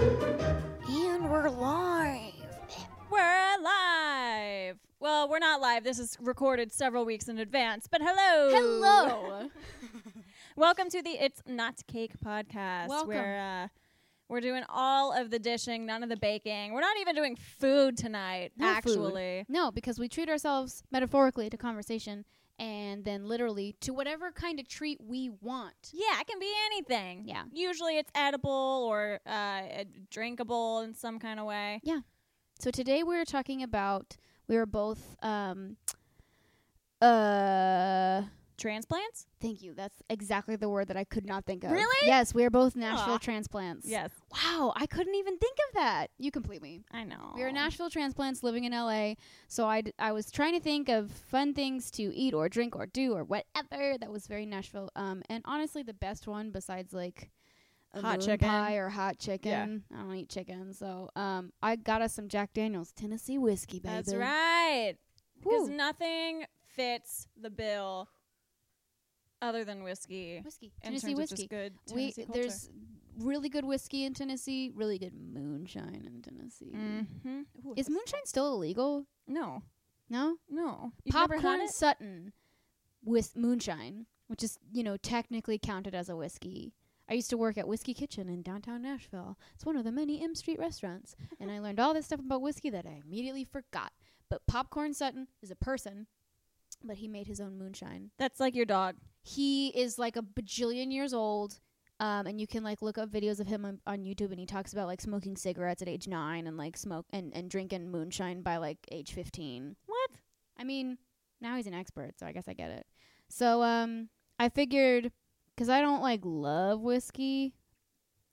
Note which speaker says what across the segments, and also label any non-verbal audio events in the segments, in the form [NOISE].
Speaker 1: And we're live.
Speaker 2: We're live. Well, we're not live. This is recorded several weeks in advance. But hello.
Speaker 1: [LAUGHS]
Speaker 3: Hello.
Speaker 2: Welcome to the It's Not Cake podcast.
Speaker 3: Welcome.
Speaker 2: We're uh, we're doing all of the dishing, none of the baking. We're not even doing food tonight.
Speaker 3: No food.
Speaker 2: actually,
Speaker 3: no, because we treat ourselves metaphorically to conversation and then literally to whatever kind of treat we want.
Speaker 2: yeah, it can be anything.
Speaker 3: Yeah.
Speaker 2: Usually, it's edible or uh, uh, drinkable in some kind of way.
Speaker 3: So today we were talking about we were both um uh
Speaker 2: Transplants.
Speaker 3: thank you. That's exactly the word that I could not think of.
Speaker 2: Really?
Speaker 3: Yes, we are both Nashville
Speaker 2: Aw.
Speaker 3: transplants.
Speaker 2: Yes,
Speaker 3: Wow, I couldn't even think of that. You complete me.
Speaker 2: I know.
Speaker 3: We were Nashville transplants living in LA, so I, d- I was trying to think of fun things to eat or drink or do or whatever that was very Nashville. Um, and honestly, the best one besides like a
Speaker 2: Hot
Speaker 3: moon
Speaker 2: chicken.
Speaker 3: pie or hot chicken. I don't eat chicken, so um, I got us some Jack Daniel's Tennessee whiskey, baby.
Speaker 2: That's right. Because
Speaker 3: Whew.
Speaker 2: nothing fits the bill other than whiskey.
Speaker 3: whiskey,
Speaker 2: in
Speaker 3: Tennessee
Speaker 2: terms of just
Speaker 3: whiskey.
Speaker 2: good
Speaker 3: We
Speaker 2: Tennessee culture.
Speaker 3: there's really good whiskey in Tennessee, really good moonshine in Tennessee.
Speaker 2: Mhm. Ooh,
Speaker 3: Is moonshine still illegal?
Speaker 2: no,
Speaker 3: No,
Speaker 2: no. You've never had
Speaker 3: popcorn
Speaker 2: it?
Speaker 3: Sutton with moonshine, which is you know technically counted as a whiskey. I used to work at Whiskey Kitchen in downtown Nashville. It's one of the many M Street restaurants, and I learned all this stuff about whiskey that I immediately forgot. But Popcorn Sutton is a person, but he made his own moonshine.
Speaker 2: That's like your dog.
Speaker 3: He is like a bajillion years old. Um, and you can like look up videos of him on, on YouTube, and he talks about like smoking cigarettes at age nine, and like smoke and, and drinking moonshine by like age fifteen.
Speaker 2: What?
Speaker 3: I mean, now he's an expert, so I guess I get it. So, um, I figured because I don't like love whiskey,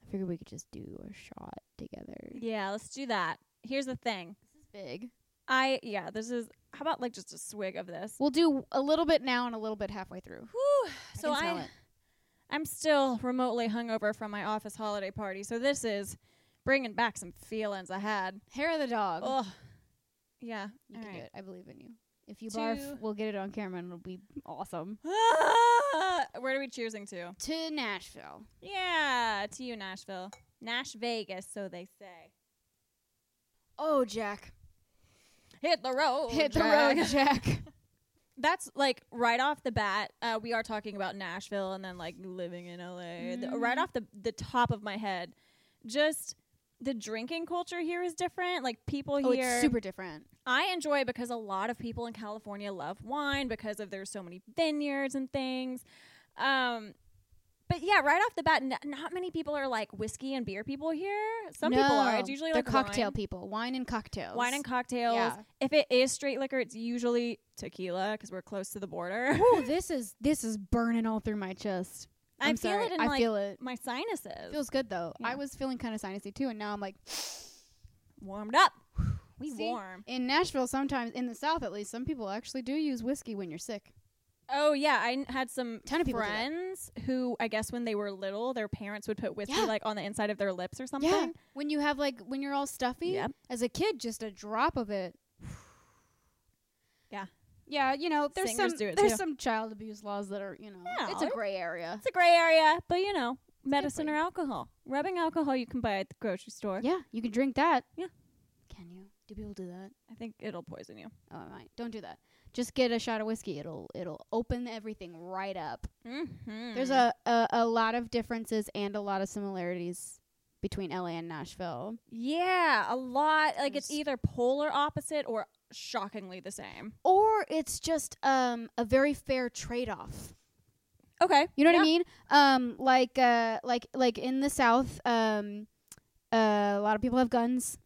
Speaker 3: I figured we could just do a shot together.
Speaker 2: Yeah, let's do that. Here's the thing.
Speaker 3: This is big.
Speaker 2: I yeah, this is how about like just a swig of this?
Speaker 3: We'll do a little bit now and a little bit halfway through.
Speaker 2: Whew. So
Speaker 3: I, can smell
Speaker 2: I
Speaker 3: it.
Speaker 2: I'm still remotely hungover from my office holiday party, so this is bringing back some feelings I had.
Speaker 3: hair of the dog.
Speaker 2: Ugh. Yeah.
Speaker 3: you
Speaker 2: all
Speaker 3: can do
Speaker 2: right.
Speaker 3: it. I believe in you. If you
Speaker 2: Two.
Speaker 3: barf, we'll get it on camera and it'll be awesome.
Speaker 2: Ah! Where are we choosing to?
Speaker 3: To Nashville.
Speaker 2: Yeah, to you, Nashville. Nash Vegas, so they say.
Speaker 3: Oh, Jack.
Speaker 2: Hit the road.
Speaker 3: Hit
Speaker 2: Oh, Jack.
Speaker 3: the road, Jack.
Speaker 2: [LAUGHS] That's like right off the bat. Uh, we are talking about Nashville and then like living in LA. The-
Speaker 3: Mm.
Speaker 2: right off the, the top of my head, just the drinking culture here is different. Like people
Speaker 3: oh,
Speaker 2: here.
Speaker 3: it's super different.
Speaker 2: I enjoy because a lot of people in California love wine because of there's so many vineyards and things. Um, but yeah, right off the bat, n- not many people are like whiskey and beer people here. Some people are.
Speaker 3: No,
Speaker 2: It's usually
Speaker 3: they're
Speaker 2: like wine.
Speaker 3: cocktail people. Wine and cocktails.
Speaker 2: Wine and cocktails.
Speaker 3: Yeah.
Speaker 2: If it is straight liquor, it's usually tequila because we're close to the border. [LAUGHS]
Speaker 3: Whoa, Oh, this is this is burning all through my chest.
Speaker 2: I
Speaker 3: I'm
Speaker 2: feel
Speaker 3: sorry.
Speaker 2: it in
Speaker 3: I
Speaker 2: like
Speaker 3: feel it.
Speaker 2: my sinuses.
Speaker 3: Feels good though.
Speaker 2: Yeah.
Speaker 3: I was feeling kind of sinusy too, and now I'm like [SNIFFS]
Speaker 2: warmed up. We
Speaker 3: See?
Speaker 2: warm.
Speaker 3: in Nashville. Sometimes in the South, at least, some people actually do use whiskey when you're sick.
Speaker 2: Oh yeah, I n- had some
Speaker 3: Ton of people do that.
Speaker 2: friends who I guess when they were little, their parents would put whiskey
Speaker 3: Yeah.
Speaker 2: like on the inside of their lips or something.
Speaker 3: Yeah, when you have like when you're all stuffy.
Speaker 2: Yep.
Speaker 3: As a kid, just a drop of it.
Speaker 2: Yeah.
Speaker 3: Yeah, you know, there's
Speaker 2: Singers
Speaker 3: some
Speaker 2: do it,
Speaker 3: there's
Speaker 2: too.
Speaker 3: some child abuse laws that are you know
Speaker 2: Yeah,
Speaker 3: it's a
Speaker 2: it-
Speaker 3: gray area.
Speaker 2: It's a gray area, but you know, medicine
Speaker 3: for
Speaker 2: or
Speaker 3: you.
Speaker 2: alcohol. Rubbing alcohol you can buy at the grocery store.
Speaker 3: Yeah, you can drink that.
Speaker 2: Yeah.
Speaker 3: Can you? Do people do that?
Speaker 2: I think it'll poison you.
Speaker 3: Oh, I might. Don't do that. Just get a shot of whiskey. It'll it'll open everything right up.
Speaker 2: Mm-hmm.
Speaker 3: There's a, a a lot of differences and a lot of similarities between LA and Nashville.
Speaker 2: yeah, a lot. Like it's
Speaker 3: There's-
Speaker 2: either polar opposite or shockingly the same.
Speaker 3: Or it's just um a very fair trade off.
Speaker 2: Okay,
Speaker 3: You know what I mean? Um like uh like like in the South, um uh, a lot of people have guns.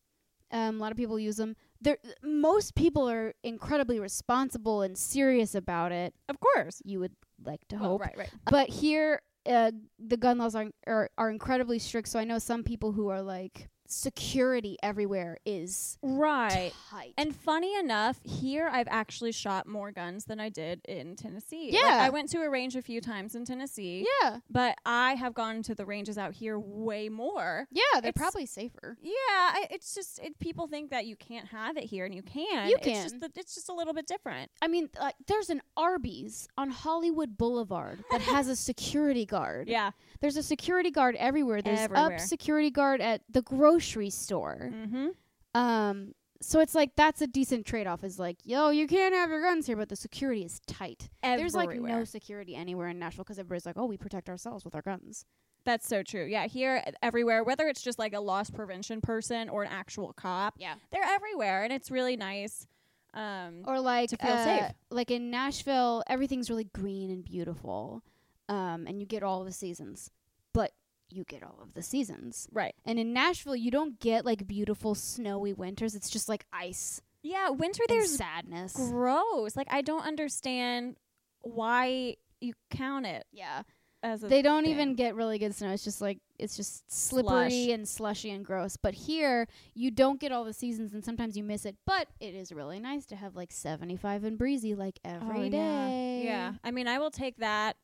Speaker 3: Um a lot of people use them. There most people are incredibly responsible and serious about it.
Speaker 2: Of course.
Speaker 3: You would like to
Speaker 2: Well,
Speaker 3: hope.
Speaker 2: right, right.
Speaker 3: but here uh, the gun laws are, are are incredibly strict so i know some people who are like security everywhere is
Speaker 2: Right.
Speaker 3: tight.
Speaker 2: And funny enough, here I've actually shot more guns than I did in Tennessee. Like,
Speaker 3: Yeah.
Speaker 2: I went to a range a few times in Tennessee,
Speaker 3: yeah,
Speaker 2: but I have gone to the ranges out here way more.
Speaker 3: yeah, they're
Speaker 2: It's-
Speaker 3: probably safer.
Speaker 2: Yeah, I, it's just it, people think that you can't have it here, and you can.
Speaker 3: You
Speaker 2: It's
Speaker 3: can.
Speaker 2: just, that it's just a little bit different.
Speaker 3: I mean, like, there's an Arby's on Hollywood Boulevard that has a security guard.
Speaker 2: Yeah.
Speaker 3: There's a security guard everywhere. There's
Speaker 2: Everywhere.
Speaker 3: up security guard at the grocery store.
Speaker 2: Mm-hmm.
Speaker 3: Um, so it's like that's a decent trade off. Is like, yo, you can't have your guns here, but the security is tight. There's like no security anywhere in Nashville because everybody's like, oh, we protect ourselves with our guns.
Speaker 2: That's so true. Yeah, here, e- everywhere, whether it's just like a loss prevention person or an actual cop,
Speaker 3: Yeah.
Speaker 2: they're everywhere, and it's really nice. Um,
Speaker 3: Or like,
Speaker 2: To feel
Speaker 3: uh,
Speaker 2: safe.
Speaker 3: like in Nashville, everything's really green and beautiful, um, and you get all the seasons, but you get all of the seasons.
Speaker 2: right.
Speaker 3: And in Nashville, you don't get like beautiful snowy winters. It's just like ice
Speaker 2: Yeah, winter
Speaker 3: and
Speaker 2: there's
Speaker 3: sadness.
Speaker 2: gross. Like I don't understand why you count it
Speaker 3: yeah,
Speaker 2: as a
Speaker 3: they don't
Speaker 2: thing.
Speaker 3: even get really good snow. It's just like it's just slippery
Speaker 2: Slush.
Speaker 3: and slushy and gross. But here, you don't get all the seasons, and sometimes you miss it. But it is really nice to have like seventy-five and breezy like every day.
Speaker 2: Oh, Yeah. I mean, I will take that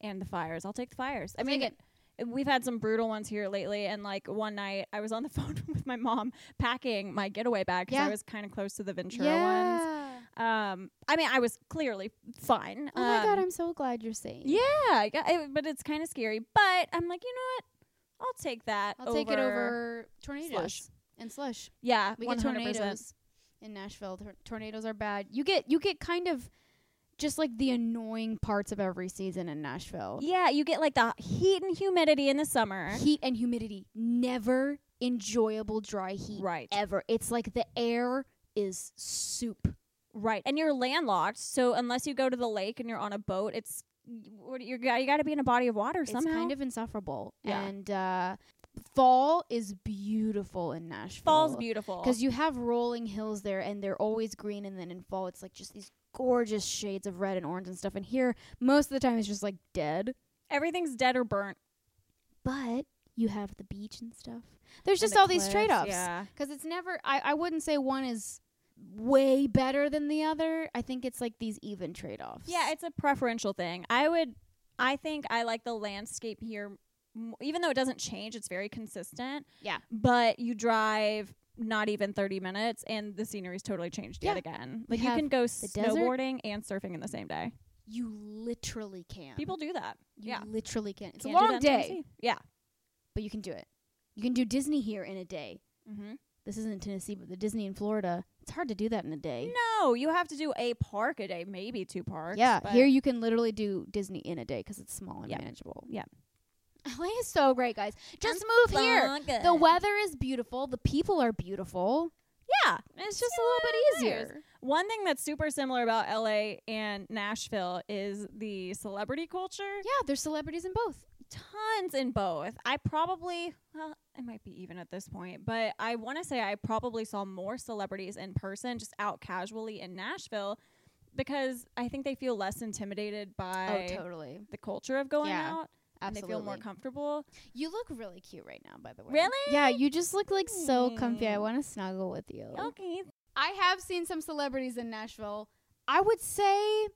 Speaker 2: and the fires. I'll take the fires. I
Speaker 3: Take
Speaker 2: mean,
Speaker 3: it.
Speaker 2: we've had some brutal ones here lately. And like one night, I was on the [LAUGHS] phone with my mom packing my getaway bag because
Speaker 3: Yeah.
Speaker 2: I was kind of close to the Ventura ones.
Speaker 3: yeah.
Speaker 2: Um, I mean, I was clearly fine.
Speaker 3: Oh my god,
Speaker 2: Um,
Speaker 3: I'm so glad you're safe.
Speaker 2: yeah, yeah, I- but it's kind of scary. But I'm like, you know what? I'll take that.
Speaker 3: I'll take it over tornadoes
Speaker 2: slush.
Speaker 3: and slush.
Speaker 2: Yeah,
Speaker 3: We
Speaker 2: one
Speaker 3: get
Speaker 2: hundred percent.
Speaker 3: tornadoes in Nashville. Tor- tornadoes are bad. You get you get kind of just like the annoying parts of every season in Nashville.
Speaker 2: Yeah, you get like the heat and humidity in the summer.
Speaker 3: Heat and humidity, never enjoyable dry heat
Speaker 2: Right.
Speaker 3: ever. It's like the air is soup.
Speaker 2: Right. And you're landlocked, so unless you go to the lake and you're on a boat, it's what you're you got to be in a body of water somehow.
Speaker 3: It's kind of insufferable.
Speaker 2: Yeah.
Speaker 3: And uh, fall is beautiful in Nashville.
Speaker 2: falls beautiful.
Speaker 3: because you have rolling hills there and they're always green and then in fall it's like just these gorgeous shades of red and orange and stuff and here most of the time it's just like dead
Speaker 2: everything's dead or burnt.
Speaker 3: but you have the beach and stuff there's
Speaker 2: and
Speaker 3: just
Speaker 2: the
Speaker 3: all these
Speaker 2: cliffs,
Speaker 3: trade-offs
Speaker 2: Yeah.
Speaker 3: because it's never I, I wouldn't say one is way better than the other i think it's like these even trade-offs
Speaker 2: Yeah, it's a preferential thing. I would I think I like the landscape here m- even though it doesn't change, it's very consistent.
Speaker 3: Yeah.
Speaker 2: But you drive not even 30 minutes and the scenery's totally changed yet
Speaker 3: Yeah.
Speaker 2: again.
Speaker 3: We
Speaker 2: Like you
Speaker 3: have
Speaker 2: can go
Speaker 3: desert.
Speaker 2: snowboarding and surfing in the same day.
Speaker 3: you literally can
Speaker 2: People do that.
Speaker 3: you
Speaker 2: yeah.
Speaker 3: literally can it's
Speaker 2: Can't
Speaker 3: a
Speaker 2: do
Speaker 3: long
Speaker 2: that in
Speaker 3: day
Speaker 2: Tennessee. Yeah.
Speaker 3: but you can do it you can do disney here in a day
Speaker 2: Mhm.
Speaker 3: this isn't tennessee but the disney in florida it's hard to do that in a day
Speaker 2: No, you have to do a park a day, maybe two parks.
Speaker 3: Yeah,
Speaker 2: but-
Speaker 3: here you can literally do Disney in a day because it's small and
Speaker 2: Yeah.
Speaker 3: manageable. [LAUGHS]
Speaker 2: Yeah.
Speaker 3: LA is so great, guys. Just move here.
Speaker 2: Blanca.
Speaker 3: The weather is beautiful. The people are beautiful.
Speaker 2: Yeah,
Speaker 3: It's just a little bit
Speaker 2: Yes.
Speaker 3: easier.
Speaker 2: one thing that's super similar about LA and Nashville is the celebrity culture.
Speaker 3: Yeah, there's celebrities in both.
Speaker 2: Tons in both. I probably, well, it might be even at this point, but I want to say I probably saw more celebrities in person, just out casually in Nashville, because I think they feel less intimidated by
Speaker 3: oh, totally.
Speaker 2: the culture of going
Speaker 3: Yeah,
Speaker 2: out, and they
Speaker 3: Absolutely.
Speaker 2: feel more comfortable.
Speaker 3: you look really cute right now, by the way.
Speaker 2: Really?
Speaker 3: Yeah, you just look like so comfy. I
Speaker 2: Mm.
Speaker 3: want to snuggle with you.
Speaker 2: Okay,
Speaker 3: I have seen some celebrities in Nashville. I would say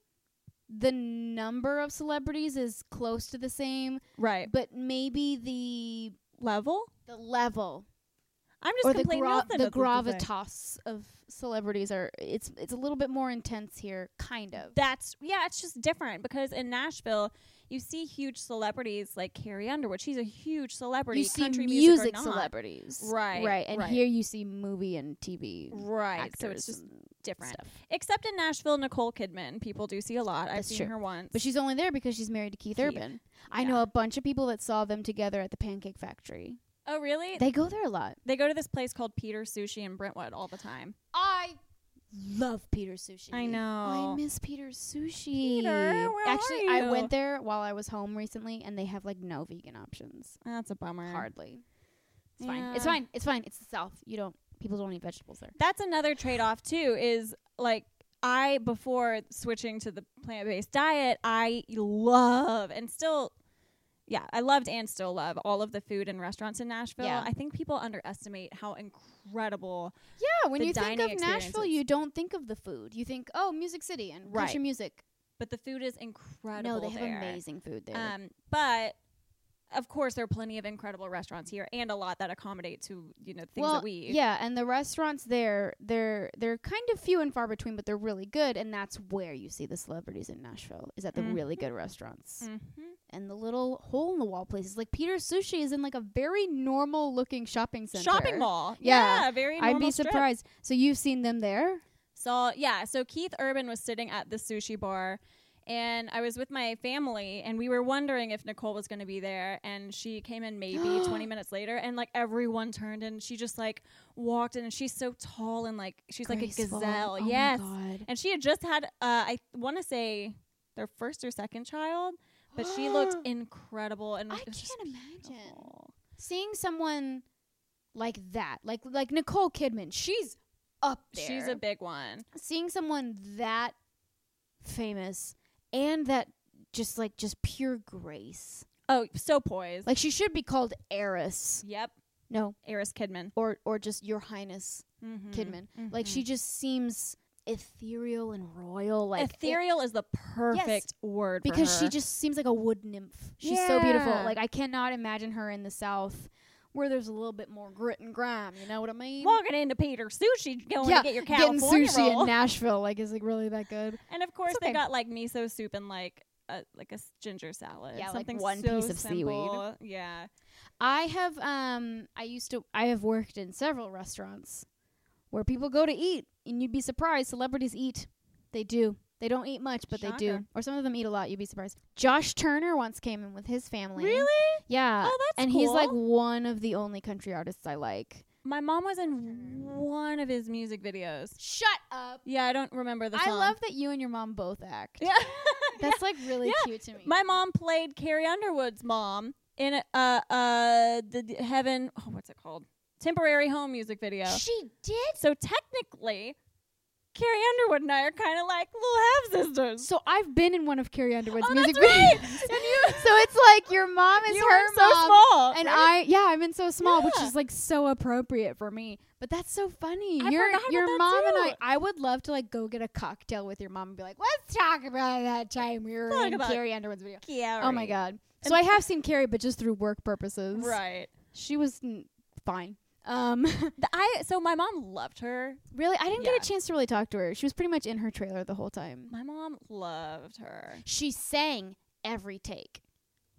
Speaker 3: the number of celebrities is close to the same,
Speaker 2: right
Speaker 3: but maybe the
Speaker 2: level.
Speaker 3: the level
Speaker 2: I'm
Speaker 3: or
Speaker 2: just
Speaker 3: the,
Speaker 2: complaining
Speaker 3: gra-
Speaker 2: about
Speaker 3: the gravitas of celebrities are it's it's a little bit more intense here kind of
Speaker 2: That's yeah, it's just different because in Nashville you see huge celebrities like Carrie Underwood. She's a huge celebrity.
Speaker 3: you see
Speaker 2: country
Speaker 3: music,
Speaker 2: music, or not.
Speaker 3: celebrities
Speaker 2: Right,
Speaker 3: right and
Speaker 2: right.
Speaker 3: here you see movie and tv
Speaker 2: Right,
Speaker 3: actors
Speaker 2: so it's just
Speaker 3: and
Speaker 2: different.
Speaker 3: stuff
Speaker 2: Except in Nashville, Nicole Kidman, people do see a lot. I've
Speaker 3: That's
Speaker 2: seen
Speaker 3: true.
Speaker 2: her once,
Speaker 3: but she's only there because she's married to keith,
Speaker 2: Keith,
Speaker 3: urban i know
Speaker 2: yeah.
Speaker 3: a bunch of people that saw them together at the pancake factory
Speaker 2: oh really? They,
Speaker 3: they go there a lot
Speaker 2: go to this place called Peter Sushi in Brentwood all the time.
Speaker 3: i love peter sushi
Speaker 2: I
Speaker 3: I
Speaker 2: know.
Speaker 3: miss Peter's sushi.
Speaker 2: Peter, where
Speaker 3: Actually,
Speaker 2: are
Speaker 3: I
Speaker 2: you?
Speaker 3: went there while I was home recently, and they have like no vegan options.
Speaker 2: That's a bummer.
Speaker 3: hardly. It's fine. It's
Speaker 2: Yeah.
Speaker 3: fine. It's fine. It's the South. You don't. People don't eat vegetables there.
Speaker 2: That's another trade off too. Is like I before switching to the plant based diet, I love and still yeah, I loved and still love all of the food and restaurants in Nashville.
Speaker 3: Yeah.
Speaker 2: I think people underestimate how incredible.
Speaker 3: Yeah, when
Speaker 2: The
Speaker 3: you think
Speaker 2: dining
Speaker 3: of Nashville,
Speaker 2: experiences.
Speaker 3: you don't think of the food. You think, oh, Music City and
Speaker 2: Right.
Speaker 3: country music.
Speaker 2: But the food is incredible.
Speaker 3: no, they have
Speaker 2: there.
Speaker 3: amazing food there.
Speaker 2: Um, but of course, there are plenty of incredible restaurants here, and a lot that accommodate to you know things
Speaker 3: well,
Speaker 2: that we eat.
Speaker 3: yeah, and the restaurants there, they're they're kind of few and far between, but they're really good, and that's where you see the celebrities in Nashville is at the
Speaker 2: Mhm.
Speaker 3: really good restaurants
Speaker 2: Mhm.
Speaker 3: and the little hole in the wall places. Like Peter Sushi is in like a very normal looking shopping center.
Speaker 2: Shopping mall.
Speaker 3: Yeah.
Speaker 2: very.
Speaker 3: I'd
Speaker 2: normal
Speaker 3: be
Speaker 2: strip.
Speaker 3: surprised. So you've seen them there?
Speaker 2: So yeah, so Keith Urban was sitting at the sushi bar, and I was with my family, and we were wondering if Nicole was going to be there, and she came
Speaker 3: [GASPS]
Speaker 2: in maybe twenty minutes later, and like everyone turned, and she just like walked in, and she's so tall and like she's
Speaker 3: Graceful.
Speaker 2: like a gazelle,
Speaker 3: Oh my
Speaker 2: yes,
Speaker 3: God.
Speaker 2: and she had just had uh, I want to say their first or second child, but she looked incredible,
Speaker 3: [GASPS]
Speaker 2: and
Speaker 3: I
Speaker 2: it was just
Speaker 3: can't imagine.
Speaker 2: beautiful.
Speaker 3: seeing someone like that, like like Nicole Kidman, she's up there.
Speaker 2: She's a big one.
Speaker 3: seeing someone that famous and that just like just pure grace.
Speaker 2: Oh, so poised.
Speaker 3: Like she should be called heiress.
Speaker 2: yep,
Speaker 3: No,
Speaker 2: Eris Kidman.
Speaker 3: or or just your highness
Speaker 2: Mhm.
Speaker 3: Kidman. Like
Speaker 2: Mhm.
Speaker 3: she just seems ethereal and royal like it-
Speaker 2: ethereal is the perfect word for
Speaker 3: because she
Speaker 2: her.
Speaker 3: just seems like a wood nymph. She's so beautiful.
Speaker 2: Yeah.
Speaker 3: Like I cannot imagine her in the south where there's a little bit more grit and grime, you know what I mean?
Speaker 2: walking into Peter sushi going to get your
Speaker 3: getting
Speaker 2: California
Speaker 3: sushi
Speaker 2: roll.
Speaker 3: in Nashville. Like, is like really that good?
Speaker 2: and of course
Speaker 3: It's
Speaker 2: they
Speaker 3: okay.
Speaker 2: got like miso soup and like a, like a s- ginger salad.
Speaker 3: Yeah, like
Speaker 2: something
Speaker 3: one
Speaker 2: so
Speaker 3: piece of seaweed.
Speaker 2: simple. Yeah,
Speaker 3: I have um, I used to, I have worked in several restaurants where people go to eat, and you'd be surprised. Celebrities eat. They do. They don't eat much, but they do.
Speaker 2: Shocker.
Speaker 3: Or some of them eat a lot. You'd be surprised. Josh Turner once came in with his family. Yeah.
Speaker 2: Oh, that's
Speaker 3: Uh, and he's like
Speaker 2: cool.
Speaker 3: one of the only country artists I like.
Speaker 2: My mom was in
Speaker 3: Mm.
Speaker 2: one of his music videos.
Speaker 3: Shut up.
Speaker 2: Yeah, I don't remember the
Speaker 3: I
Speaker 2: song.
Speaker 3: love that you and your mom both act.
Speaker 2: [LAUGHS] Yeah,
Speaker 3: [LAUGHS] That's like really
Speaker 2: Yeah.
Speaker 3: cute to me.
Speaker 2: [LAUGHS] my mom played Carrie Underwood's mom in a, uh uh the d- heaven. Oh, what's it called? Temporary home music video.
Speaker 1: She did?
Speaker 2: So technically, Carrie Underwood and I are kind of like little half sisters.
Speaker 3: So I've been in one of Carrie Underwood's
Speaker 2: Oh,
Speaker 3: music
Speaker 2: that's right.
Speaker 3: videos.
Speaker 2: [LAUGHS]
Speaker 3: [LAUGHS] so it's like your mom is
Speaker 2: you
Speaker 3: her
Speaker 2: are
Speaker 3: mom.
Speaker 2: so small,
Speaker 3: And
Speaker 2: right?
Speaker 3: I yeah, I'm in so small, which
Speaker 2: Yeah.
Speaker 3: is like so appropriate for me. But that's so funny.
Speaker 2: I
Speaker 3: your
Speaker 2: forgot
Speaker 3: your
Speaker 2: about that
Speaker 3: mom and
Speaker 2: too.
Speaker 3: I I would love to like go get a cocktail with your mom and be like, Let's talk about that time we were
Speaker 2: Talk
Speaker 3: in
Speaker 2: about
Speaker 3: Carrie Underwood's video.
Speaker 2: Carrie.
Speaker 3: Oh my god. So I have seen Carrie, but just through work purposes.
Speaker 2: Right.
Speaker 3: She was mm, fine. Um [LAUGHS]
Speaker 2: The- I so my mom loved her.
Speaker 3: really I didn't
Speaker 2: Yeah.
Speaker 3: get a chance to really talk to her. She was pretty much in her trailer the whole time.
Speaker 2: My mom loved her.
Speaker 3: She sang every take.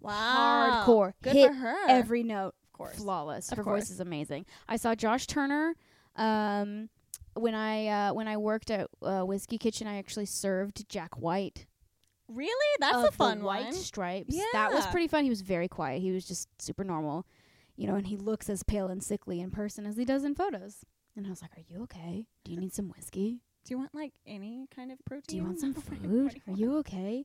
Speaker 2: Wow.
Speaker 3: Hardcore.
Speaker 2: Good
Speaker 3: Hit
Speaker 2: for her.
Speaker 3: Every note.
Speaker 2: of course.
Speaker 3: flawless.
Speaker 2: Of
Speaker 3: Her
Speaker 2: course.
Speaker 3: voice is amazing. I saw Josh Turner um, when I uh, when I worked at uh, Whiskey Kitchen. I actually served Jack White.
Speaker 2: Really? That's
Speaker 3: of
Speaker 2: a
Speaker 3: the
Speaker 2: fun
Speaker 3: White
Speaker 2: one.
Speaker 3: Stripes. That was
Speaker 2: Yeah.
Speaker 3: pretty fun. He was very quiet. He was just super normal, you know. And he looks as pale and sickly in person as he does in photos. And I was like, "Are you okay? Do you need some whiskey?
Speaker 2: Do you want like any kind of protein?
Speaker 3: Do you
Speaker 2: [LAUGHS]
Speaker 3: want some
Speaker 2: What do
Speaker 3: food?
Speaker 2: you
Speaker 3: Are
Speaker 2: want?
Speaker 3: you okay?"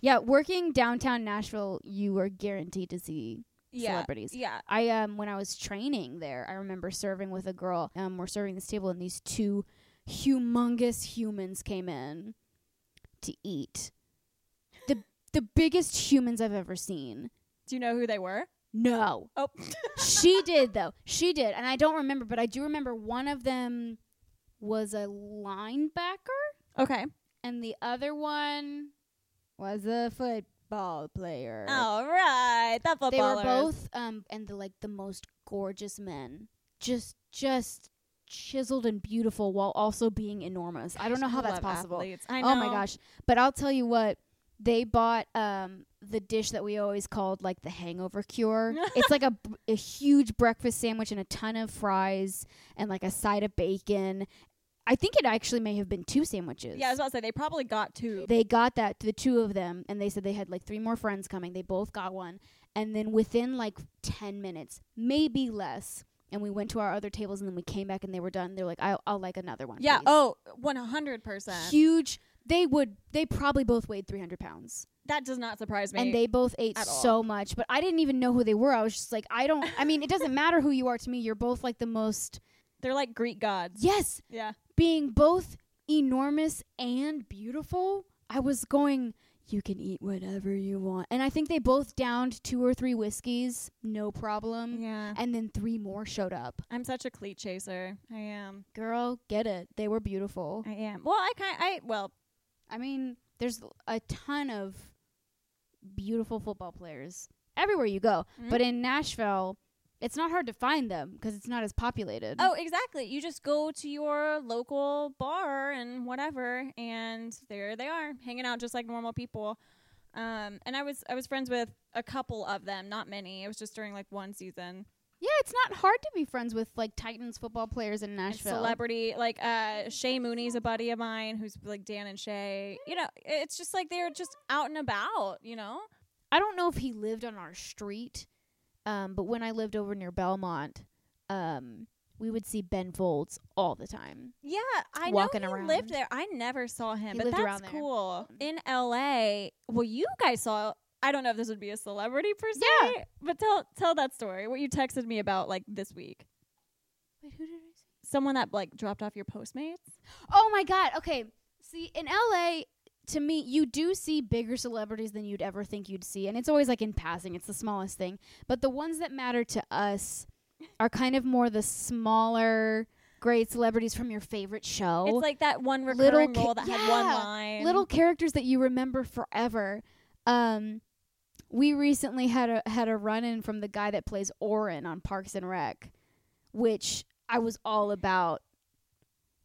Speaker 3: Yeah, working downtown Nashville, you are guaranteed to see
Speaker 2: yeah.
Speaker 3: celebrities.
Speaker 2: Yeah.
Speaker 3: I um when I was training there, I remember serving with a girl. Um, we're serving this table, and these two humongous humans came in to eat. the The biggest humans I've ever seen.
Speaker 2: Do you know who they were?
Speaker 3: No,
Speaker 2: Oh. [LAUGHS]
Speaker 3: she did though. She did, and I don't remember, but I do remember one of them was a linebacker,
Speaker 2: okay.
Speaker 3: and the other one was a football player.
Speaker 2: All right. That
Speaker 3: they were
Speaker 2: footballer.
Speaker 3: both um and the like the most gorgeous men just just chiseled and beautiful while also being enormous i don't know how that's possible
Speaker 2: I know.
Speaker 3: oh my gosh but i'll tell you what they bought um the dish that we always called like the hangover
Speaker 2: [LAUGHS]
Speaker 3: cure it's like a, b- a huge breakfast sandwich and a ton of fries and like a side of bacon i think it actually may have been two sandwiches
Speaker 2: Yeah, I was about to say they probably got two.
Speaker 3: they got that the two of them and they said they had like three more friends coming they both got one and then within like 10 minutes maybe less and we went to our other tables and then we came back and they were done they're like i'll, I'll like another one
Speaker 2: Yeah.
Speaker 3: please."
Speaker 2: Oh, one hundred percent.
Speaker 3: huge they would they probably both weighed 300 pounds
Speaker 2: That does not surprise me.
Speaker 3: and they both ate
Speaker 2: at all.
Speaker 3: so much but i didn't even know who they were i was just like i don't i mean it doesn't matter who you are to me you're both like the most
Speaker 2: They're like Greek gods.
Speaker 3: yes
Speaker 2: Yeah.
Speaker 3: being both enormous and beautiful, I was going, you can eat whatever you want. And I think they both downed two or three whiskeys, no problem.
Speaker 2: Yeah.
Speaker 3: And then three more showed up.
Speaker 2: I'm such a cleat chaser. I am.
Speaker 3: Girl, get it. They were beautiful.
Speaker 2: I am. Well, I kind I well,
Speaker 3: I mean, there's a ton of beautiful football players everywhere you go.
Speaker 2: Mhm.
Speaker 3: But in Nashville, it's not hard to find them because it's not as populated.
Speaker 2: Oh, exactly. You just go to your local bar and whatever, and there they are, hanging out just like normal people. Um, and I was I was friends with a couple of them, not many. It was just during like one season.
Speaker 3: Yeah, it's not hard to be friends with like Titans football players in
Speaker 2: And
Speaker 3: Nashville.
Speaker 2: celebrity like uh, Shay Mooney's a buddy of mine who's like Dan and Shay. You know, it's just like they're just out and about. You know,
Speaker 3: I don't know if he lived on our street, um, but when I lived over near Belmont, um, we would see Ben Folds all the time.
Speaker 2: yeah. I
Speaker 3: Walking
Speaker 2: know he
Speaker 3: around.
Speaker 2: lived there. I never saw him,
Speaker 3: He
Speaker 2: but
Speaker 3: lived
Speaker 2: that's
Speaker 3: around there.
Speaker 2: cool. In L.A., well, you guys saw I don't know if this would be a celebrity per se.
Speaker 3: Yeah.
Speaker 2: But tell tell that story. What you texted me about like this week.
Speaker 3: Wait, who did I see?
Speaker 2: Someone that like dropped off your Postmates.
Speaker 3: Oh my God. Okay. See, in LA, to me, you do see bigger celebrities than you'd ever think you'd see. And it's always like in passing, it's the smallest thing. But the ones that matter to us are kind of more the smaller, great celebrities from your favorite show.
Speaker 2: It's like that one
Speaker 3: Little
Speaker 2: recurring
Speaker 3: ki-
Speaker 2: role that had one
Speaker 3: yeah,
Speaker 2: line.
Speaker 3: little characters that you remember forever. Um, we recently had a had a run in from the guy that plays Oren on Parks and Rec, which I was all about.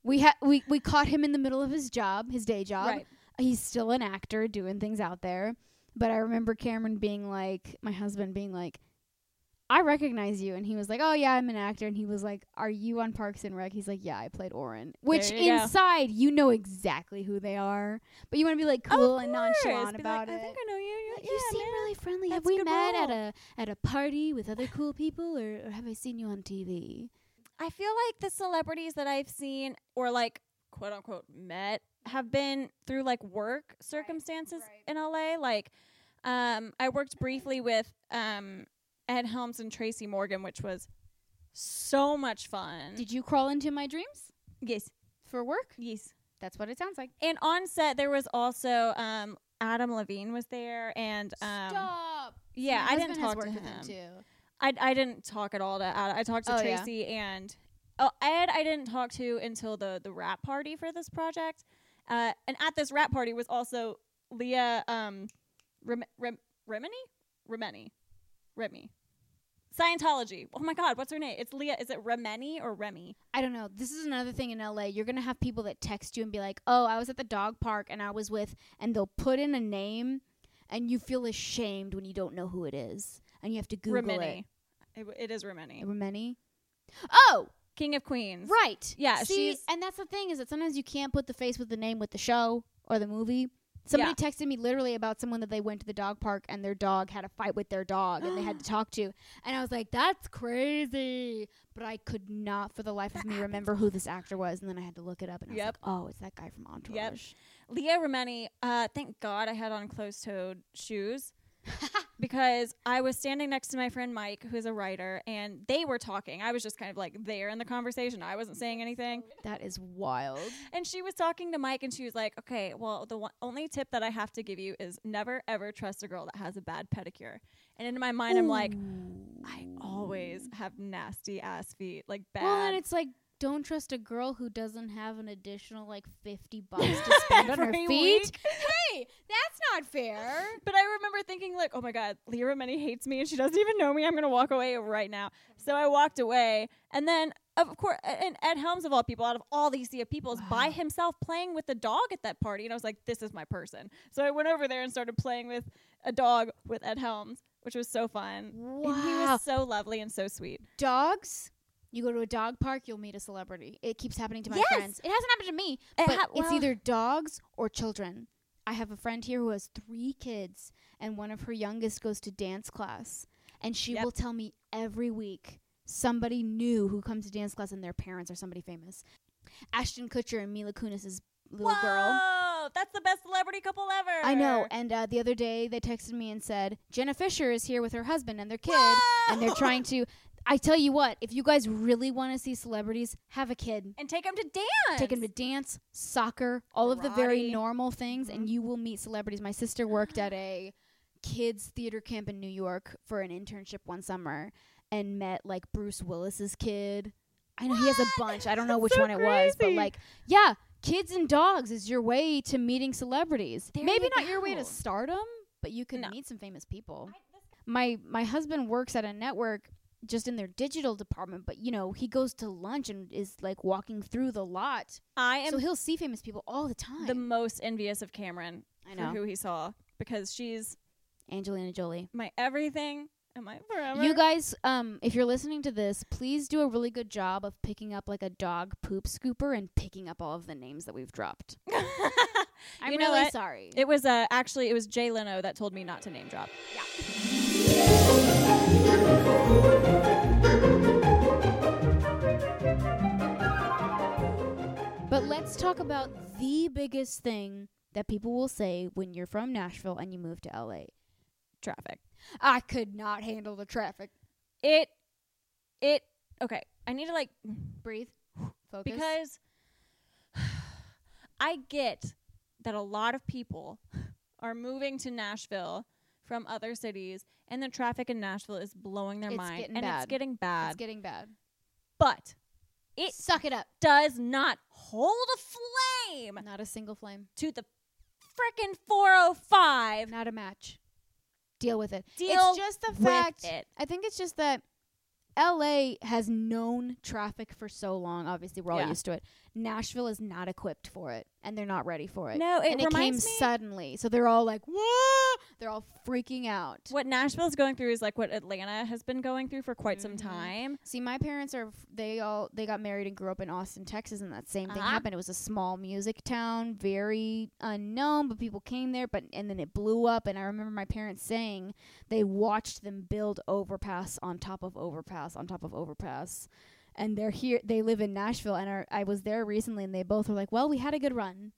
Speaker 3: We had we we caught him in the middle of his job, his day job.
Speaker 2: right.
Speaker 3: He's still an actor doing things out there, but I remember Cameron being like, my husband being like. I recognize you, and he was like, "Oh yeah, I'm an actor." And he was like, "Are you on Parks and Rec?" He's like, "Yeah, I played Oren." Which
Speaker 2: There you go.
Speaker 3: inside, you know exactly who they are, but you want to be like cool
Speaker 2: Of
Speaker 3: and
Speaker 2: course.
Speaker 3: nonchalant
Speaker 2: Be
Speaker 3: about
Speaker 2: like, I
Speaker 3: it.
Speaker 2: think I know you. You,
Speaker 3: Like,
Speaker 2: yeah,
Speaker 3: you seem
Speaker 2: man.
Speaker 3: really friendly. Have
Speaker 2: That's
Speaker 3: we
Speaker 2: good
Speaker 3: met at
Speaker 2: role."
Speaker 3: a at a party with other cool people, or, or have I seen you on TV?
Speaker 2: I feel like the celebrities that I've seen or like quote unquote met have been through like work circumstances
Speaker 3: right.
Speaker 2: in LA. Like um I worked briefly with um Ed Helms and Tracy Morgan, which was so much fun.
Speaker 3: Did you crawl into my dreams
Speaker 2: yes,
Speaker 3: for work?
Speaker 2: yes.
Speaker 3: That's what it sounds like.
Speaker 2: And on set there was also um Adam Levine was there and um
Speaker 3: Stop.
Speaker 2: yeah,
Speaker 3: My
Speaker 2: I didn't
Speaker 3: husband has
Speaker 2: talk to
Speaker 3: worked
Speaker 2: him.
Speaker 3: with too.
Speaker 2: I, I didn't talk at all to Ad. I talked to
Speaker 3: Oh, yeah.
Speaker 2: Tracy and oh, Ed. I didn't talk to until the the rap party for this project. Uh, and at this rap party was also Leah um, Rem- Rem- Remini, Remini, Remy, Scientology. Oh my God, what's her name? It's Leah. Is it Remini or Remy?
Speaker 3: I don't know. This is another thing in LA. You're going to have people that text you and be like, oh, I was at the dog park and I was with, and they'll put in a name and you feel ashamed when you don't know who it is. And you have to Google
Speaker 2: Remini.
Speaker 3: it.
Speaker 2: It, w- it is Remini,
Speaker 3: Remini? Oh,
Speaker 2: King of Queens.
Speaker 3: right.
Speaker 2: Yeah,
Speaker 3: See,
Speaker 2: she's-
Speaker 3: and that's the thing is that sometimes you can't put the face with the name with the show or the movie. Somebody texted me literally about someone that they went to the dog park and their dog had a fight with their dog and they
Speaker 2: [GASPS]
Speaker 3: had to talk to. And I was like, that's crazy. But I could not for the life of me remember who this actor was. And then I had to look it up and I was
Speaker 2: Yep.
Speaker 3: like, oh, it's that guy from Entourage.
Speaker 2: Leah Remini, uh, thank God I had on closed toed shoes because I was standing next to my friend Mike, who's a writer, and they were talking. I was just kind of like there in the conversation. I wasn't saying anything.
Speaker 3: That is wild.
Speaker 2: And she was talking to Mike, and she was like, Okay, well, the one- only tip that I have to give you is never ever trust a girl that has a bad pedicure. And in my mind, I'm like, I always have nasty ass feet, like bad.
Speaker 3: Well, then it's like, don't trust a girl who doesn't have an additional like 50 bucks [LAUGHS] to spend on her
Speaker 2: Every
Speaker 3: feet.
Speaker 2: week.
Speaker 3: Hey, that's not fair.
Speaker 2: But I remember thinking, like, oh my God, Lyra Many hates me and she doesn't even know me. I'm going to walk away right now. So I walked away. And then, of course, and Ed Helms, of all people, out of all these sea of people, is by himself playing with the dog at that party. And I was like, this is my person. So I went over there and started playing with a dog with Ed Helms, which was so fun. And he
Speaker 3: Wow.
Speaker 2: was so lovely and so sweet.
Speaker 3: dogs you go to a dog park you'll meet a celebrity it keeps happening to my
Speaker 2: Yes.
Speaker 3: friends it hasn't happened to me
Speaker 2: It
Speaker 3: but
Speaker 2: hap-
Speaker 3: it's
Speaker 2: well-
Speaker 3: either dogs or children i have a friend here who has three kids and one of her youngest goes to dance class and she
Speaker 2: Yep.
Speaker 3: will tell me every week somebody new who comes to dance class and their parents are somebody famous ashton kutcher and mila kunis's little girl
Speaker 2: Whoa, that's the best celebrity couple ever.
Speaker 3: I know. And uh, the other day they texted me and said Jenna Fisher is here with her husband and their kid, and they're trying to. I tell you what, if you guys really want to see celebrities, have a kid.
Speaker 2: and take them to dance.
Speaker 3: Take them to dance, soccer, all of the very
Speaker 2: Karate. Mm-hmm.
Speaker 3: normal things, and you will meet celebrities. My sister worked at
Speaker 2: [GASPS]
Speaker 3: a kids theater camp in New York for an internship one summer and met like Bruce Willis's kid. I know he has a bunch. I don't know which
Speaker 2: So
Speaker 3: one it was, but
Speaker 2: crazy.
Speaker 3: like, yeah, kids and dogs is your way to meeting celebrities.
Speaker 2: There
Speaker 3: Maybe
Speaker 2: you
Speaker 3: not your way
Speaker 2: go.
Speaker 3: to stardom, but you could
Speaker 2: No.
Speaker 3: meet some famous people. My my husband works at a network just in their digital department, but you know, he goes to lunch and is like walking through the lot.
Speaker 2: I am
Speaker 3: so he'll see famous people all the time.
Speaker 2: the most envious of Cameron
Speaker 3: I
Speaker 2: for
Speaker 3: know.
Speaker 2: who he saw because she's
Speaker 3: Angelina Jolie.
Speaker 2: my everything and my forever.
Speaker 3: [LAUGHS] You guys, um, if you're listening to this, please do a really good job of picking up like a dog poop scooper and picking up all of the names that we've dropped. I'm
Speaker 2: You know
Speaker 3: really
Speaker 2: what?
Speaker 3: sorry.
Speaker 2: [LAUGHS] it was uh, actually it was Jay Leno that told me not to name drop.
Speaker 3: But let's talk about the biggest thing that people will say when you're from Nashville and you move to LA.
Speaker 2: Traffic.
Speaker 3: I could not handle the traffic.
Speaker 2: It it okay. I need to like
Speaker 3: Breathe. Focus.
Speaker 2: because [SIGHS] I get that a lot of people are moving to Nashville from other cities and the traffic in Nashville is blowing their
Speaker 3: It's
Speaker 2: mind
Speaker 3: getting
Speaker 2: and
Speaker 3: bad.
Speaker 2: it's getting bad.
Speaker 3: it's getting bad.
Speaker 2: but it
Speaker 3: Suck it up.
Speaker 2: does not hold a flame
Speaker 3: Not a single flame.
Speaker 2: to the frickin' 405.
Speaker 3: Not a match. Deal with it.
Speaker 2: Deal
Speaker 3: it's just the
Speaker 2: with
Speaker 3: fact.
Speaker 2: it.
Speaker 3: I think it's just that LA has known traffic for so long. Obviously, we're all
Speaker 2: Yeah.
Speaker 3: used to it. Nashville is not equipped for it, and they're not ready for it.
Speaker 2: No, it
Speaker 3: and it came
Speaker 2: reminds me-
Speaker 3: suddenly, so they're all like, "Whoa!" They're all freaking out.
Speaker 2: What Nashville's going through is like what Atlanta has been going through for quite some
Speaker 3: Mhm.
Speaker 2: time.
Speaker 3: See, my parents are f- they all they got married and grew up in Austin, Texas, and that same thing
Speaker 2: Uh-huh.
Speaker 3: happened. It was a small music town, very unknown, but people came there. But and then it blew up. And I remember my parents saying they watched them build overpass on top of overpass on top of overpass. And they're here. They live in Nashville, and are, I was there recently, and they both were like, "Well, we had a good [LAUGHS] run.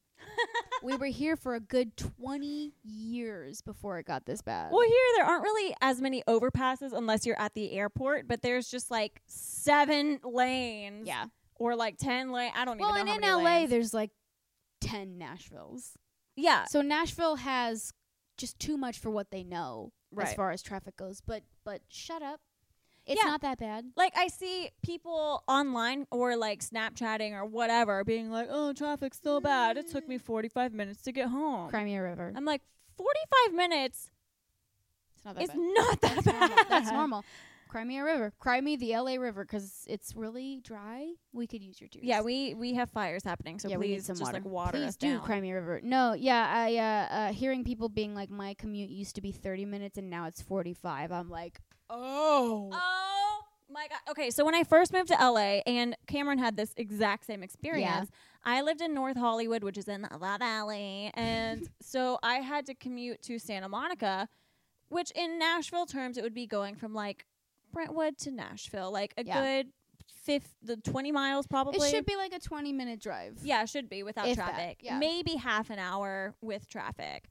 Speaker 3: we were here for a good twenty years before it got this bad."
Speaker 2: Well, here there aren't really as many overpasses unless you're at the airport, but there's just like seven lanes.
Speaker 3: yeah.
Speaker 2: Or like 10 lane. I don't
Speaker 3: Well,
Speaker 2: even
Speaker 3: and in
Speaker 2: know. how
Speaker 3: LA,
Speaker 2: many lanes.
Speaker 3: there's like ten Nashvilles.
Speaker 2: Yeah.
Speaker 3: So Nashville has just too much for what they know as
Speaker 2: Right.
Speaker 3: far as traffic goes. But but shut up, it's
Speaker 2: Yeah.
Speaker 3: not that bad.
Speaker 2: Like I see people online or like Snapchatting or whatever being like, oh, traffic's so bad. It took me
Speaker 3: Mm.
Speaker 2: 45 minutes to get home.
Speaker 3: Crimea River,
Speaker 2: I'm like, 45 minutes
Speaker 3: it's not that
Speaker 2: is [LAUGHS]
Speaker 3: bad.
Speaker 2: not that
Speaker 3: That's normal.
Speaker 2: bad. [LAUGHS]
Speaker 3: That's [LAUGHS] normal. Crimea River, Crimea the LA River, because it's really dry. We could use your tears.
Speaker 2: Yeah, we we have fires happening, so
Speaker 3: Yeah, we need
Speaker 2: please
Speaker 3: some
Speaker 2: just
Speaker 3: water.
Speaker 2: like water
Speaker 3: please
Speaker 2: us
Speaker 3: do
Speaker 2: down.
Speaker 3: Crimea River. No, yeah, I uh, uh, hearing people being like, my commute used to be thirty minutes and now it's forty five. I'm like, oh,
Speaker 2: Oh my god. Okay, so when I first moved to LA and Cameron had this exact same experience, I lived in North Hollywood, which is in the Valley, [LAUGHS] and so I had to commute to Santa Monica, which in Nashville terms it would be going from like Brentwood to Nashville, like a
Speaker 3: Yeah.
Speaker 2: good fifth the 20 miles probably.
Speaker 3: it should be like a twenty minute drive.
Speaker 2: Yeah, it should be without
Speaker 3: If that,
Speaker 2: traffic.
Speaker 3: yeah.
Speaker 2: Maybe half an hour with traffic.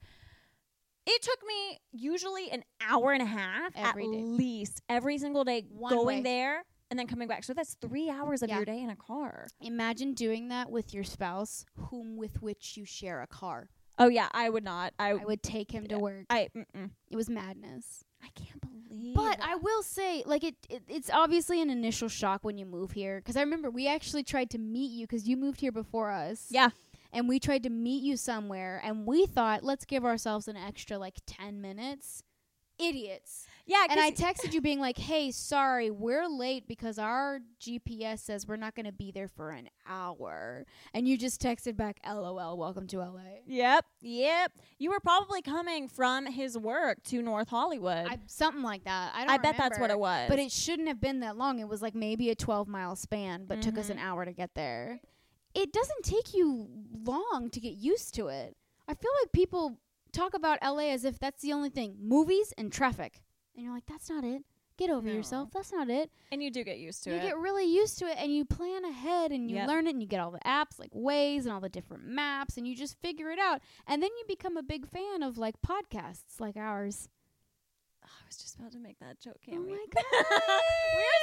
Speaker 2: It took me usually an hour and a half
Speaker 3: Every
Speaker 2: at
Speaker 3: day.
Speaker 2: least every single day
Speaker 3: One
Speaker 2: going
Speaker 3: way.
Speaker 2: there and then coming back. So that's three hours of
Speaker 3: Yeah.
Speaker 2: your day in a car.
Speaker 3: Imagine doing that with your spouse, whom with which you share a car.
Speaker 2: Oh yeah, I would not. I
Speaker 3: I would take him to
Speaker 2: Yeah.
Speaker 3: work.
Speaker 2: I mm-mm.
Speaker 3: It was madness.
Speaker 2: I can't believe.
Speaker 3: But I will say, like it, it it's obviously an initial shock when you move here. Because I remember we actually tried to meet you because you moved here before us.
Speaker 2: Yeah.
Speaker 3: And we tried to meet you somewhere, and we thought let's give ourselves an extra like ten minutes. Idiots.
Speaker 2: yeah,
Speaker 3: And
Speaker 2: 'cause
Speaker 3: I texted you being like, "Hey, sorry, we're late because our GPS says we're not going to be there for an hour." And you just texted back, "LOL, welcome to LA."
Speaker 2: Yep, yep. You were probably coming from his work to North Hollywood.
Speaker 3: I, something like that. I don't.
Speaker 2: I bet that's what
Speaker 3: remember.
Speaker 2: it was.
Speaker 3: But it shouldn't have been that long. It was like maybe a twelve mile span, but took us
Speaker 2: Mhm.
Speaker 3: an hour to get there. It doesn't take you long to get used to it. I feel like people talk about LA as if that's the only thing: movies and traffic. And you're like, that's not it. Get over
Speaker 2: No.
Speaker 3: yourself. That's not it.
Speaker 2: and you do get used to
Speaker 3: you
Speaker 2: it.
Speaker 3: get really used to it, and you plan ahead, and you
Speaker 2: Yep.
Speaker 3: learn it, and you get all the apps like Waze and all the different maps, and you just figure it out. And then you become a big fan of like podcasts like ours.
Speaker 2: Oh, I was just about to make that joke,
Speaker 3: Oh
Speaker 2: Cammy.
Speaker 3: my
Speaker 2: [LAUGHS]
Speaker 3: god.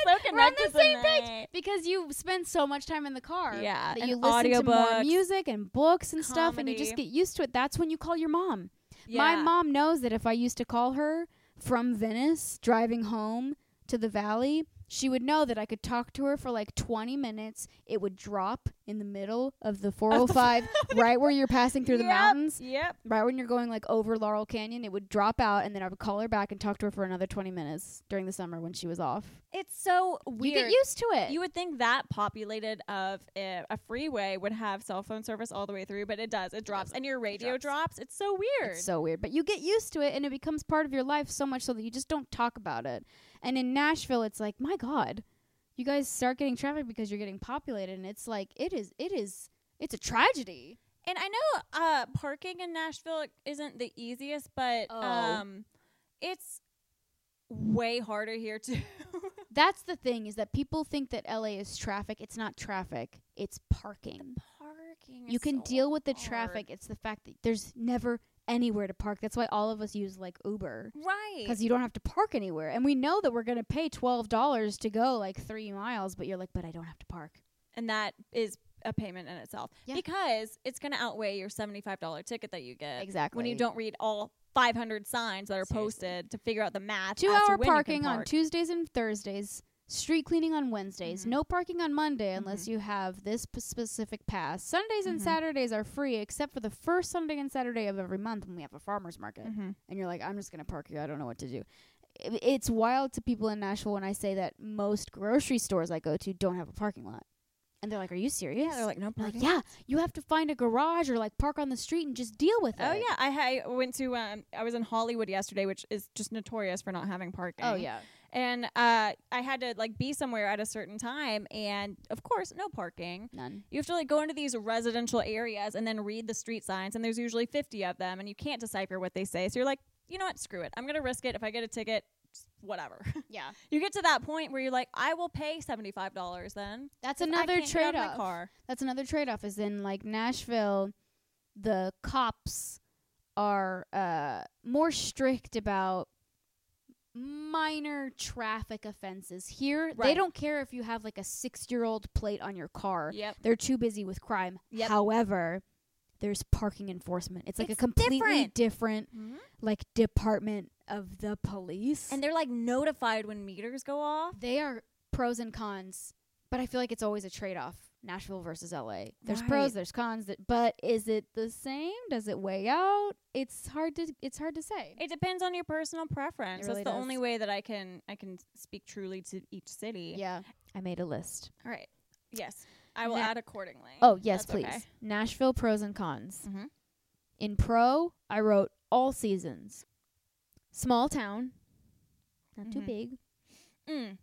Speaker 2: We're so connected
Speaker 3: We're on the same
Speaker 2: tonight.
Speaker 3: page because you spend so much time in the car.
Speaker 2: Yeah,
Speaker 3: that
Speaker 2: and
Speaker 3: you listen to more
Speaker 2: audiobooks,
Speaker 3: music and books and stuff, and you just
Speaker 2: comedy.
Speaker 3: get used to it. That's when you call your mom. My
Speaker 2: [LAUGHS] Yeah.
Speaker 3: mom knows that if I used to call her from Venice driving home to the valley, she would know that I could talk to her for like 20 minutes. It would drop in the middle
Speaker 2: [LAUGHS]
Speaker 3: of the 405, right where you're passing through the
Speaker 2: Yep,
Speaker 3: mountains,
Speaker 2: [LAUGHS] Yep.
Speaker 3: right when you're going like over Laurel Canyon. It would drop out, and then I would call her back and talk to her for another 20 minutes during the summer when she was off.
Speaker 2: It's so
Speaker 3: You
Speaker 2: weird.
Speaker 3: get used to it.
Speaker 2: You would think that populated of eh, a, a freeway would have cell phone service all the way through, but it does. It drops, and your radio drops. It's so weird.
Speaker 3: It's so weird, but you get used to it and it becomes part of your life so much so that you just don't talk about it. And in Nashville, it's like, my God, you guys start getting traffic because you're getting populated, and it's like it is, it is, it's a tragedy.
Speaker 2: [LAUGHS] and I know uh, parking in Nashville isn't the easiest, but
Speaker 3: Oh.
Speaker 2: um, it's way harder here too. [LAUGHS]
Speaker 3: That's the thing is that people think that LA is traffic. It's not traffic. It's parking.
Speaker 2: parking.
Speaker 3: You
Speaker 2: is
Speaker 3: can
Speaker 2: so
Speaker 3: deal with the
Speaker 2: hard.
Speaker 3: traffic. It's the fact that there's never anywhere to park. That's why all of us use like Uber.
Speaker 2: Right.
Speaker 3: because you don't have to park anywhere. And we know that we're going to pay $12 to go like three miles, but you're like, but I don't have to park.
Speaker 2: and that is a payment in itself
Speaker 3: Yeah.
Speaker 2: because it's going to outweigh your $75 ticket that you get
Speaker 3: Exactly.
Speaker 2: Uh, when you don't read all 500 signs that are
Speaker 3: Seriously.
Speaker 2: posted to figure out the math
Speaker 3: Two
Speaker 2: as to
Speaker 3: hour
Speaker 2: when you can
Speaker 3: parking on
Speaker 2: park.
Speaker 3: Tuesdays and Thursdays, street cleaning on Wednesdays,
Speaker 2: Mhm.
Speaker 3: no parking on Monday
Speaker 2: Mm-hmm.
Speaker 3: unless you have this p- specific pass. Sundays and
Speaker 2: Mhm.
Speaker 3: Saturdays are free except for the first Sunday and Saturday of every month when we have a farmer's market.
Speaker 2: Mhm.
Speaker 3: and you're like, I'm just gonna park here. I don't know what to do. I- It's wild to people in Nashville when I say that most grocery stores I go to don't have a parking lot, and they're like, "Are you serious?"
Speaker 2: yeah they're like no
Speaker 3: I'm like,
Speaker 2: parking
Speaker 3: yeah, you have to find a garage or like park on the street and just deal with it.
Speaker 2: Oh yeah, I, I went to um, I was in Hollywood yesterday, which is just notorious for not having parking.
Speaker 3: Oh yeah.
Speaker 2: and uh, I had to like be somewhere at a certain time, and of course, no parking.
Speaker 3: None.
Speaker 2: You have to like go into these residential areas and then read the street signs, and there's usually 50 of them, and you can't decipher what they say. So you're like, you know what? Screw it. I'm gonna risk it. If I get a ticket, just whatever. [LAUGHS]
Speaker 3: Yeah.
Speaker 2: you get to that point where you're like, I will pay 75 dollars then.
Speaker 3: That's
Speaker 2: 'cause I
Speaker 3: another
Speaker 2: can't get out
Speaker 3: trade
Speaker 2: of my
Speaker 3: off.
Speaker 2: Car.
Speaker 3: That's another trade off. Is in like Nashville, the cops are uh, more strict about minor traffic offenses. Here, they
Speaker 2: Right.
Speaker 3: don't care if you have like a six year old plate on your car.
Speaker 2: Yep.
Speaker 3: They're too busy with crime.
Speaker 2: Yep.
Speaker 3: However, there's parking enforcement. It's like
Speaker 2: It's
Speaker 3: a completely
Speaker 2: different.
Speaker 3: different. like department of the police.
Speaker 2: Mm-hmm. And they're like notified when meters go off.
Speaker 3: they are pros and cons, but I feel like it's always a trade off. Nashville versus LA. There's pros,
Speaker 2: Right.
Speaker 3: there's cons, that, but is it the same? Does it weigh out? It's hard to it's hard to say.
Speaker 2: It depends on your personal preference.
Speaker 3: really
Speaker 2: That's the
Speaker 3: does.
Speaker 2: only way that I can I can speak truly to each city.
Speaker 3: Yeah. I made a list.
Speaker 2: All right. Yes. I will
Speaker 3: Na-
Speaker 2: add accordingly.
Speaker 3: Oh, yes,
Speaker 2: That's
Speaker 3: please.
Speaker 2: okay.
Speaker 3: Nashville pros and cons.
Speaker 2: Mhm.
Speaker 3: In pro, I wrote all seasons. Small town, not too
Speaker 2: Mhm.
Speaker 3: big.
Speaker 2: Mm.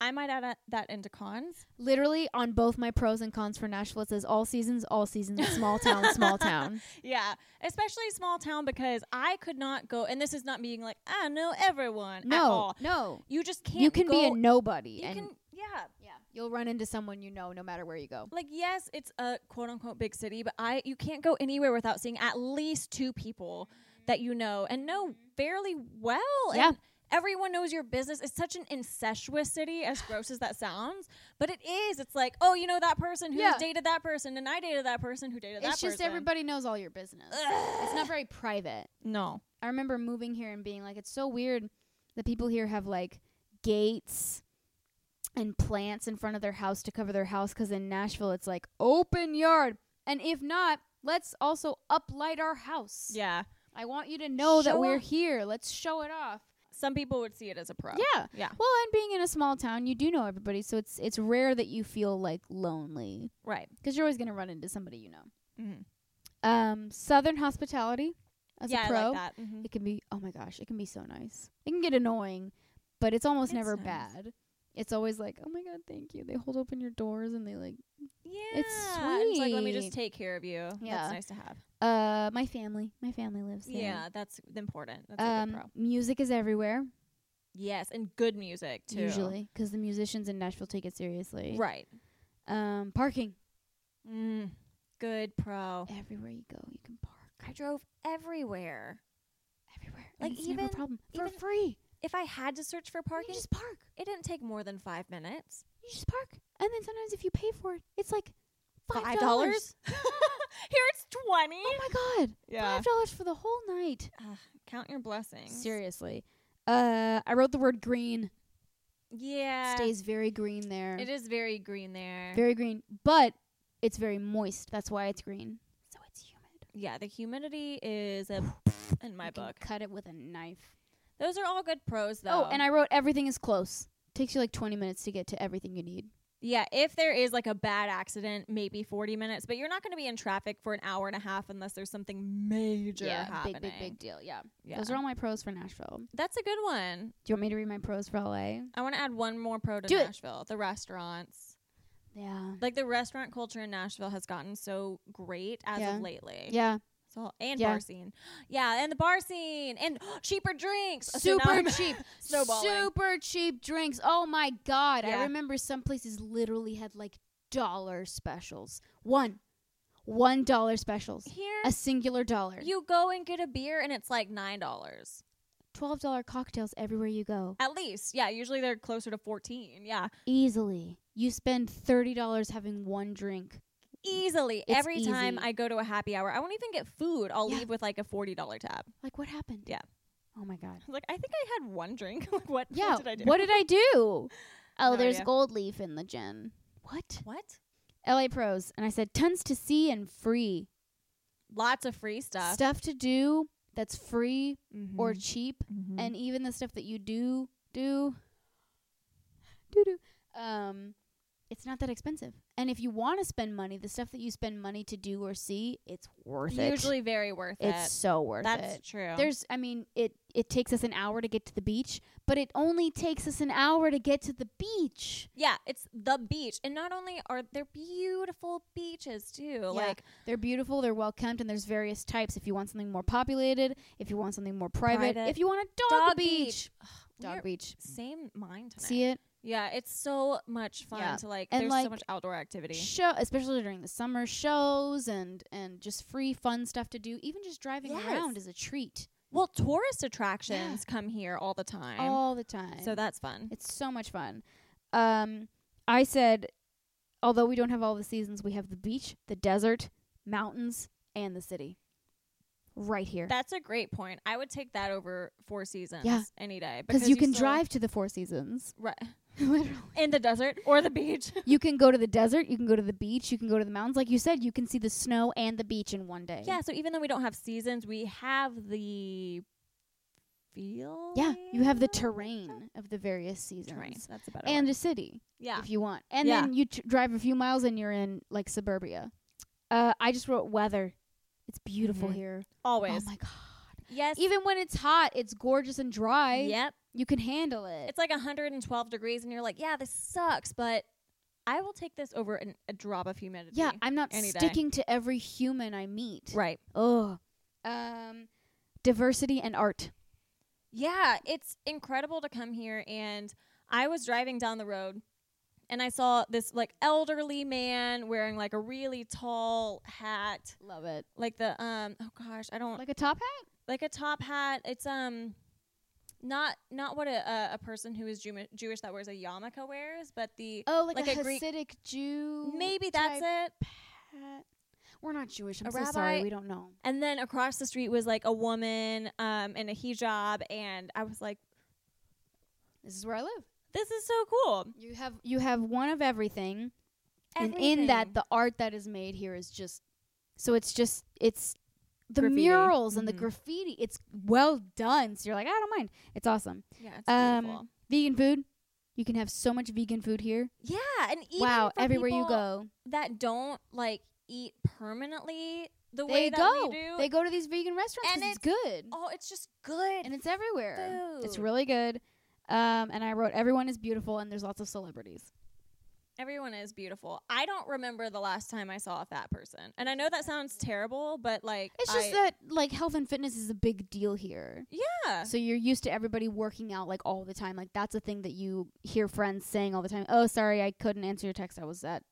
Speaker 2: I might add a- that into cons.
Speaker 3: Literally on both my pros and cons for Nashville, it says all seasons, all seasons, small town, [LAUGHS] small town.
Speaker 2: Yeah, especially small town because I could not go. And this is not being like I know everyone at
Speaker 3: No,
Speaker 2: all.
Speaker 3: no.
Speaker 2: You just can't.
Speaker 3: You can be
Speaker 2: go-
Speaker 3: a nobody
Speaker 2: You
Speaker 3: and
Speaker 2: can. Yeah.
Speaker 3: Yeah, you'll run into someone you know no matter where you go.
Speaker 2: Like yes, it's a quote unquote big city, but I you can't go anywhere without seeing at least two people that you know and know fairly well.
Speaker 3: Mm-hmm. Yeah.
Speaker 2: And everyone knows your business. It's such an incestuous city, as gross as that sounds, but it is. It's like, oh, you know that person who
Speaker 3: Yeah.
Speaker 2: dated that person, and I dated that person who dated that
Speaker 3: It's just
Speaker 2: person.
Speaker 3: everybody knows all your business. It's [SIGHS] not very private.
Speaker 2: No.
Speaker 3: I remember moving here and being like, it's so weird that people here have like gates and plants in front of their house to cover their house because in Nashville it's like open yard. And if not, let's also uplight our house.
Speaker 2: Yeah.
Speaker 3: I want you to know that
Speaker 2: Show
Speaker 3: we're
Speaker 2: off.
Speaker 3: here. Let's show it off.
Speaker 2: Some people would see it as a pro.
Speaker 3: Uh, Yeah.
Speaker 2: Yeah.
Speaker 3: Well, and being in a small town, you do know everybody, so it's it's rare that you feel like lonely
Speaker 2: Right.
Speaker 3: because you're always going to run into somebody you know.
Speaker 2: Mm-hmm.
Speaker 3: Um, Southern hospitality as
Speaker 2: yeah,
Speaker 3: a pro.
Speaker 2: I like that. Mhm.
Speaker 3: It can be oh my gosh, it can be so nice. It can get annoying, but it's almost
Speaker 2: It's
Speaker 3: never
Speaker 2: nice.
Speaker 3: bad. It's always like, oh my god, thank you. They hold open your doors and they like.
Speaker 2: Yeah.
Speaker 3: It's
Speaker 2: It's like, let me
Speaker 3: sweet.
Speaker 2: just take care of you.
Speaker 3: Yeah.
Speaker 2: That's nice to have.
Speaker 3: Uh, my family, my family lives there.
Speaker 2: Yeah, that's important. That's a good
Speaker 3: Um,
Speaker 2: pro.
Speaker 3: music is everywhere
Speaker 2: Yes, and good music too.
Speaker 3: usually because the musicians in Nashville take it seriously.
Speaker 2: Right.
Speaker 3: Um, parking
Speaker 2: Mm. Good pro. Oh.
Speaker 3: everywhere you go, you can park
Speaker 2: I drove everywhere.
Speaker 3: everywhere. and
Speaker 2: Like,
Speaker 3: it's never a
Speaker 2: even-
Speaker 3: problem for
Speaker 2: even
Speaker 3: free.
Speaker 2: If I had to search for
Speaker 3: You
Speaker 2: parking,
Speaker 3: just park.
Speaker 2: it didn't take more than five
Speaker 3: [LAUGHS]
Speaker 2: minutes.
Speaker 3: You just park, and then sometimes if you pay for it, it's like
Speaker 2: Five
Speaker 3: five
Speaker 2: dollars?
Speaker 3: dollars.
Speaker 2: Here it's twenty.
Speaker 3: Oh my god, five dollars for the whole night.
Speaker 2: Ugh, count your blessings.
Speaker 3: Seriously, uh, I wrote the word green.
Speaker 2: Yeah.
Speaker 3: Stays very green there.
Speaker 2: Uh, It is very green there.
Speaker 3: very green, but it's very moist. That's why it's green. So it's humid.
Speaker 2: yeah, the humidity
Speaker 3: [SIGHS]
Speaker 2: is a in my
Speaker 3: You can
Speaker 2: book.
Speaker 3: Cut it with a knife.
Speaker 2: Those are all good pros
Speaker 3: Oh,
Speaker 2: though.
Speaker 3: and I wrote everything is close. Takes you like 20 minutes to get to everything you need.
Speaker 2: yeah, if there is like a bad accident, maybe 40 minutes, but you're not going to be in traffic for an hour and a half unless there's something major happening.
Speaker 3: big, big, big deal. Yeah.
Speaker 2: Yeah.
Speaker 3: Those are all my pros for Nashville. Do
Speaker 2: That's a good one.
Speaker 3: you want me to read my pros for LA?
Speaker 2: I want to add one more pro to
Speaker 3: Do it.
Speaker 2: Nashville, the restaurants.
Speaker 3: Yeah.
Speaker 2: Like the restaurant culture in Nashville has gotten so great as
Speaker 3: Yeah.
Speaker 2: of lately.
Speaker 3: Yeah.
Speaker 2: So, and
Speaker 3: Yeah.
Speaker 2: bar scene. Yeah, and the bar scene and [GASPS] cheaper drinks. So now
Speaker 3: Super
Speaker 2: I'm
Speaker 3: cheap.
Speaker 2: [LAUGHS] snowballing.
Speaker 3: Super cheap drinks. Oh my God.
Speaker 2: Yeah.
Speaker 3: I remember some places literally had like dollar specials. One. One dollar specials.
Speaker 2: [LAUGHS] Here
Speaker 3: A singular dollar.
Speaker 2: you go and get a beer and it's like nine dollars
Speaker 3: Twelve dollar cocktails everywhere you go.
Speaker 2: at least yeah usually they're closer to 14 yeah
Speaker 3: Easily. You spend thirty dollars having one drink.
Speaker 2: easily
Speaker 3: It's
Speaker 2: every time
Speaker 3: easy.
Speaker 2: i go to a happy hour i won't even get food i'll
Speaker 3: Yeah.
Speaker 2: leave with like a $40 tab [LAUGHS]
Speaker 3: Like what happened?
Speaker 2: Yeah.
Speaker 3: Oh my
Speaker 2: [LAUGHS]
Speaker 3: god.
Speaker 2: like i think i had one drink [LAUGHS] like what,
Speaker 3: Yeah.
Speaker 2: what did i do
Speaker 3: What did I
Speaker 2: [LAUGHS]
Speaker 3: do? Oh,
Speaker 2: No
Speaker 3: there's
Speaker 2: idea.
Speaker 3: gold leaf in the gin. What?
Speaker 2: what
Speaker 3: LA Pros. And I said tons to see and free.
Speaker 2: lots of free stuff,
Speaker 3: Stuff to do that's free or
Speaker 2: Mhm.
Speaker 3: cheap.
Speaker 2: Mhm.
Speaker 3: And even the stuff that you do do do do. Um it's not that expensive. And if you want to spend money, the stuff that you spend money to do or see, it's worth it.
Speaker 2: usually very worth
Speaker 3: It's
Speaker 2: it
Speaker 3: so worth
Speaker 2: that's
Speaker 3: it.
Speaker 2: true
Speaker 3: There's, I mean, it it takes us an hour to get to the beach, but it only takes us an hour to get to the beach.
Speaker 2: yeah it's the beach and not only are there beautiful beaches too like
Speaker 3: They're beautiful, they're well kept, and there's various types. If you want something more populated, if you want something more private,
Speaker 2: Private.
Speaker 3: if you want a dog,
Speaker 2: Dog
Speaker 3: beach,
Speaker 2: we are
Speaker 3: dog beach.
Speaker 2: same mind tonight.
Speaker 3: See it?
Speaker 2: yeah it's so much fun
Speaker 3: Yeah.
Speaker 2: to like
Speaker 3: And,
Speaker 2: there's so
Speaker 3: like,
Speaker 2: much outdoor activity
Speaker 3: Show, especially during the summer shows and and just free fun stuff to do. Even just driving
Speaker 2: Yes.
Speaker 3: around is a treat
Speaker 2: Well, tourist attractions come here all the time.
Speaker 3: all the time.
Speaker 2: so that's fun.
Speaker 3: It's so much fun. Um, I said, although we don't have all the seasons, we have the beach, the desert, mountains, and the city. Right here.
Speaker 2: That's a great point. I would take that over Four Seasons
Speaker 3: Yeah.
Speaker 2: any day
Speaker 3: Because you can
Speaker 2: still-
Speaker 3: drive to the Four
Speaker 2: [LAUGHS]
Speaker 3: Seasons. [LAUGHS]
Speaker 2: right
Speaker 3: Literally.
Speaker 2: in the desert or the beach.
Speaker 3: You can go to the desert, you can go to the beach, you can go to the mountains. Like you said, you can see the snow and the beach in one day.
Speaker 2: yeah. So even though we don't have seasons, we have the feel.
Speaker 3: Yeah. You have the terrain of the various seasons.
Speaker 2: Terrain. That's a better
Speaker 3: And
Speaker 2: word.
Speaker 3: a city.
Speaker 2: yeah.
Speaker 3: if you want. And
Speaker 2: Yeah.
Speaker 3: then you t- drive a few miles and you're in like suburbia. Uh, I just wrote weather. It's beautiful
Speaker 2: Mhm.
Speaker 3: here.
Speaker 2: Always.
Speaker 3: Oh my god.
Speaker 2: yes.
Speaker 3: Even when it's hot, it's gorgeous and dry.
Speaker 2: yep.
Speaker 3: You can handle it.
Speaker 2: It's like 112 degrees, and you're like, yeah, this sucks, but I will take this over an, a drop of humidity.
Speaker 3: yeah, I'm not
Speaker 2: any day.
Speaker 3: sticking to every human I meet.
Speaker 2: right.
Speaker 3: Ugh. Um diversity and art.
Speaker 2: Yeah, it's incredible to come here. And I was driving down the road and I saw this like elderly man wearing like a really tall hat,
Speaker 3: Love it.
Speaker 2: like the, um, oh gosh, I don't, like,
Speaker 3: Like a top hat?
Speaker 2: a top hat. It's, um, not not what a, a, a person who is Jew- Jewish that wears a yarmulke wears, but the
Speaker 3: Oh, like,
Speaker 2: Like
Speaker 3: a,
Speaker 2: a Greek-
Speaker 3: Hasidic Jew.
Speaker 2: maybe that's it.
Speaker 3: Hat. We're not Jewish. I'm
Speaker 2: A
Speaker 3: so
Speaker 2: rabbi-
Speaker 3: sorry. We don't know.
Speaker 2: And then across the street was like a woman um, in a hijab, and I was like,
Speaker 3: This is where I live.
Speaker 2: "This is so cool."
Speaker 3: You have you have one of everything. and in
Speaker 2: Everything.
Speaker 3: that the art that is made here is just so it's just it's the
Speaker 2: Graffiti.
Speaker 3: murals and the
Speaker 2: Mhm.
Speaker 3: graffiti it's well done so you're like i don't mind it's awesome
Speaker 2: yeah, it's
Speaker 3: um,
Speaker 2: beautiful.
Speaker 3: vegan food you can have so much vegan food here
Speaker 2: Yeah, and even
Speaker 3: wow
Speaker 2: for
Speaker 3: everywhere you
Speaker 2: people
Speaker 3: go
Speaker 2: that don't like eat permanently the way
Speaker 3: they
Speaker 2: that
Speaker 3: go
Speaker 2: we do.
Speaker 3: they go to these vegan restaurants
Speaker 2: And
Speaker 3: 'cause it's, good
Speaker 2: oh, it's just good.
Speaker 3: and it's everywhere it's
Speaker 2: food.
Speaker 3: really good um, and i wrote everyone is beautiful and there's lots of celebrities
Speaker 2: Everyone is beautiful. I don't remember the last time I saw a fat person, and I know that sounds terrible, but like
Speaker 3: it's just
Speaker 2: I-
Speaker 3: that like health and fitness is a big deal here
Speaker 2: yeah,
Speaker 3: So you're used to everybody working out like all the time. Like that's a thing that you hear friends saying all the time. Oh, sorry, I couldn't answer your text. I was at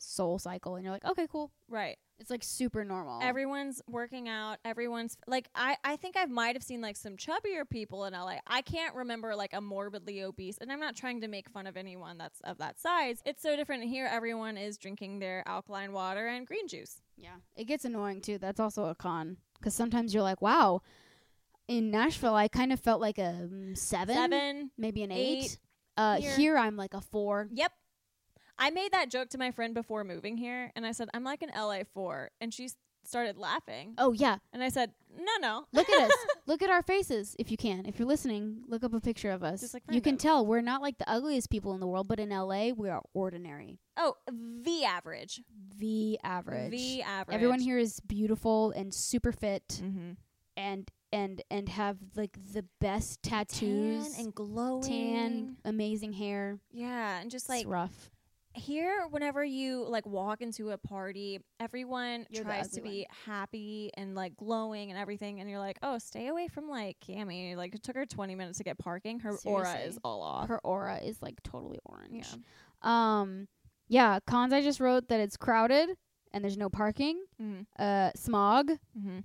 Speaker 3: soul cycle and you're like, okay, cool.
Speaker 2: Right.
Speaker 3: It's like super normal.
Speaker 2: Everyone's working out. Everyone's like, I, I think I might have seen like some chubbier people in LA. I can't remember like a morbidly obese, and I'm not trying to make fun of anyone that's of that size. It's so different here. Everyone is drinking their alkaline water and green juice.
Speaker 3: yeah. It gets annoying too. That's also a con because sometimes you're like, wow, in Nashville, I kind of felt like a mm, seven,
Speaker 2: Seven.
Speaker 3: maybe an eight.
Speaker 2: eight.
Speaker 3: Uh,
Speaker 2: Here.
Speaker 3: here I'm like a four.
Speaker 2: Yep. I made that joke to my friend before moving here, and I said, I'm like an LA four. And she s- started laughing.
Speaker 3: Oh yeah,
Speaker 2: And I said, No, no.
Speaker 3: Look at us.
Speaker 2: [LAUGHS]
Speaker 3: Look at our faces if you can. If you're listening, look up a picture of us.
Speaker 2: Just, like,
Speaker 3: you
Speaker 2: find
Speaker 3: can
Speaker 2: us.
Speaker 3: tell we're not like the ugliest people in the world, but in LA, we are ordinary.
Speaker 2: Oh, the average.
Speaker 3: The average. Mm.
Speaker 2: The average.
Speaker 3: Everyone here is beautiful and super fit
Speaker 2: Mm-hmm.
Speaker 3: and and and have like the best tattoos,
Speaker 2: and glowing.
Speaker 3: tan, amazing hair.
Speaker 2: Yeah, and just
Speaker 3: It's
Speaker 2: like
Speaker 3: rough.
Speaker 2: here, whenever you like walk into a party, everyone
Speaker 3: You're the
Speaker 2: tries to
Speaker 3: ugly
Speaker 2: be happy and like glowing and everything, and you're like, oh, stay away from like Cammy. Like it took her 20 minutes to get parking. Her aura is
Speaker 3: Seriously.
Speaker 2: all off.
Speaker 3: Her aura is like totally orange.
Speaker 2: Yeah.
Speaker 3: Um yeah, cons I just wrote that it's crowded and there's no parking.
Speaker 2: Mm-hmm.
Speaker 3: Uh smog.
Speaker 2: Mm-hmm.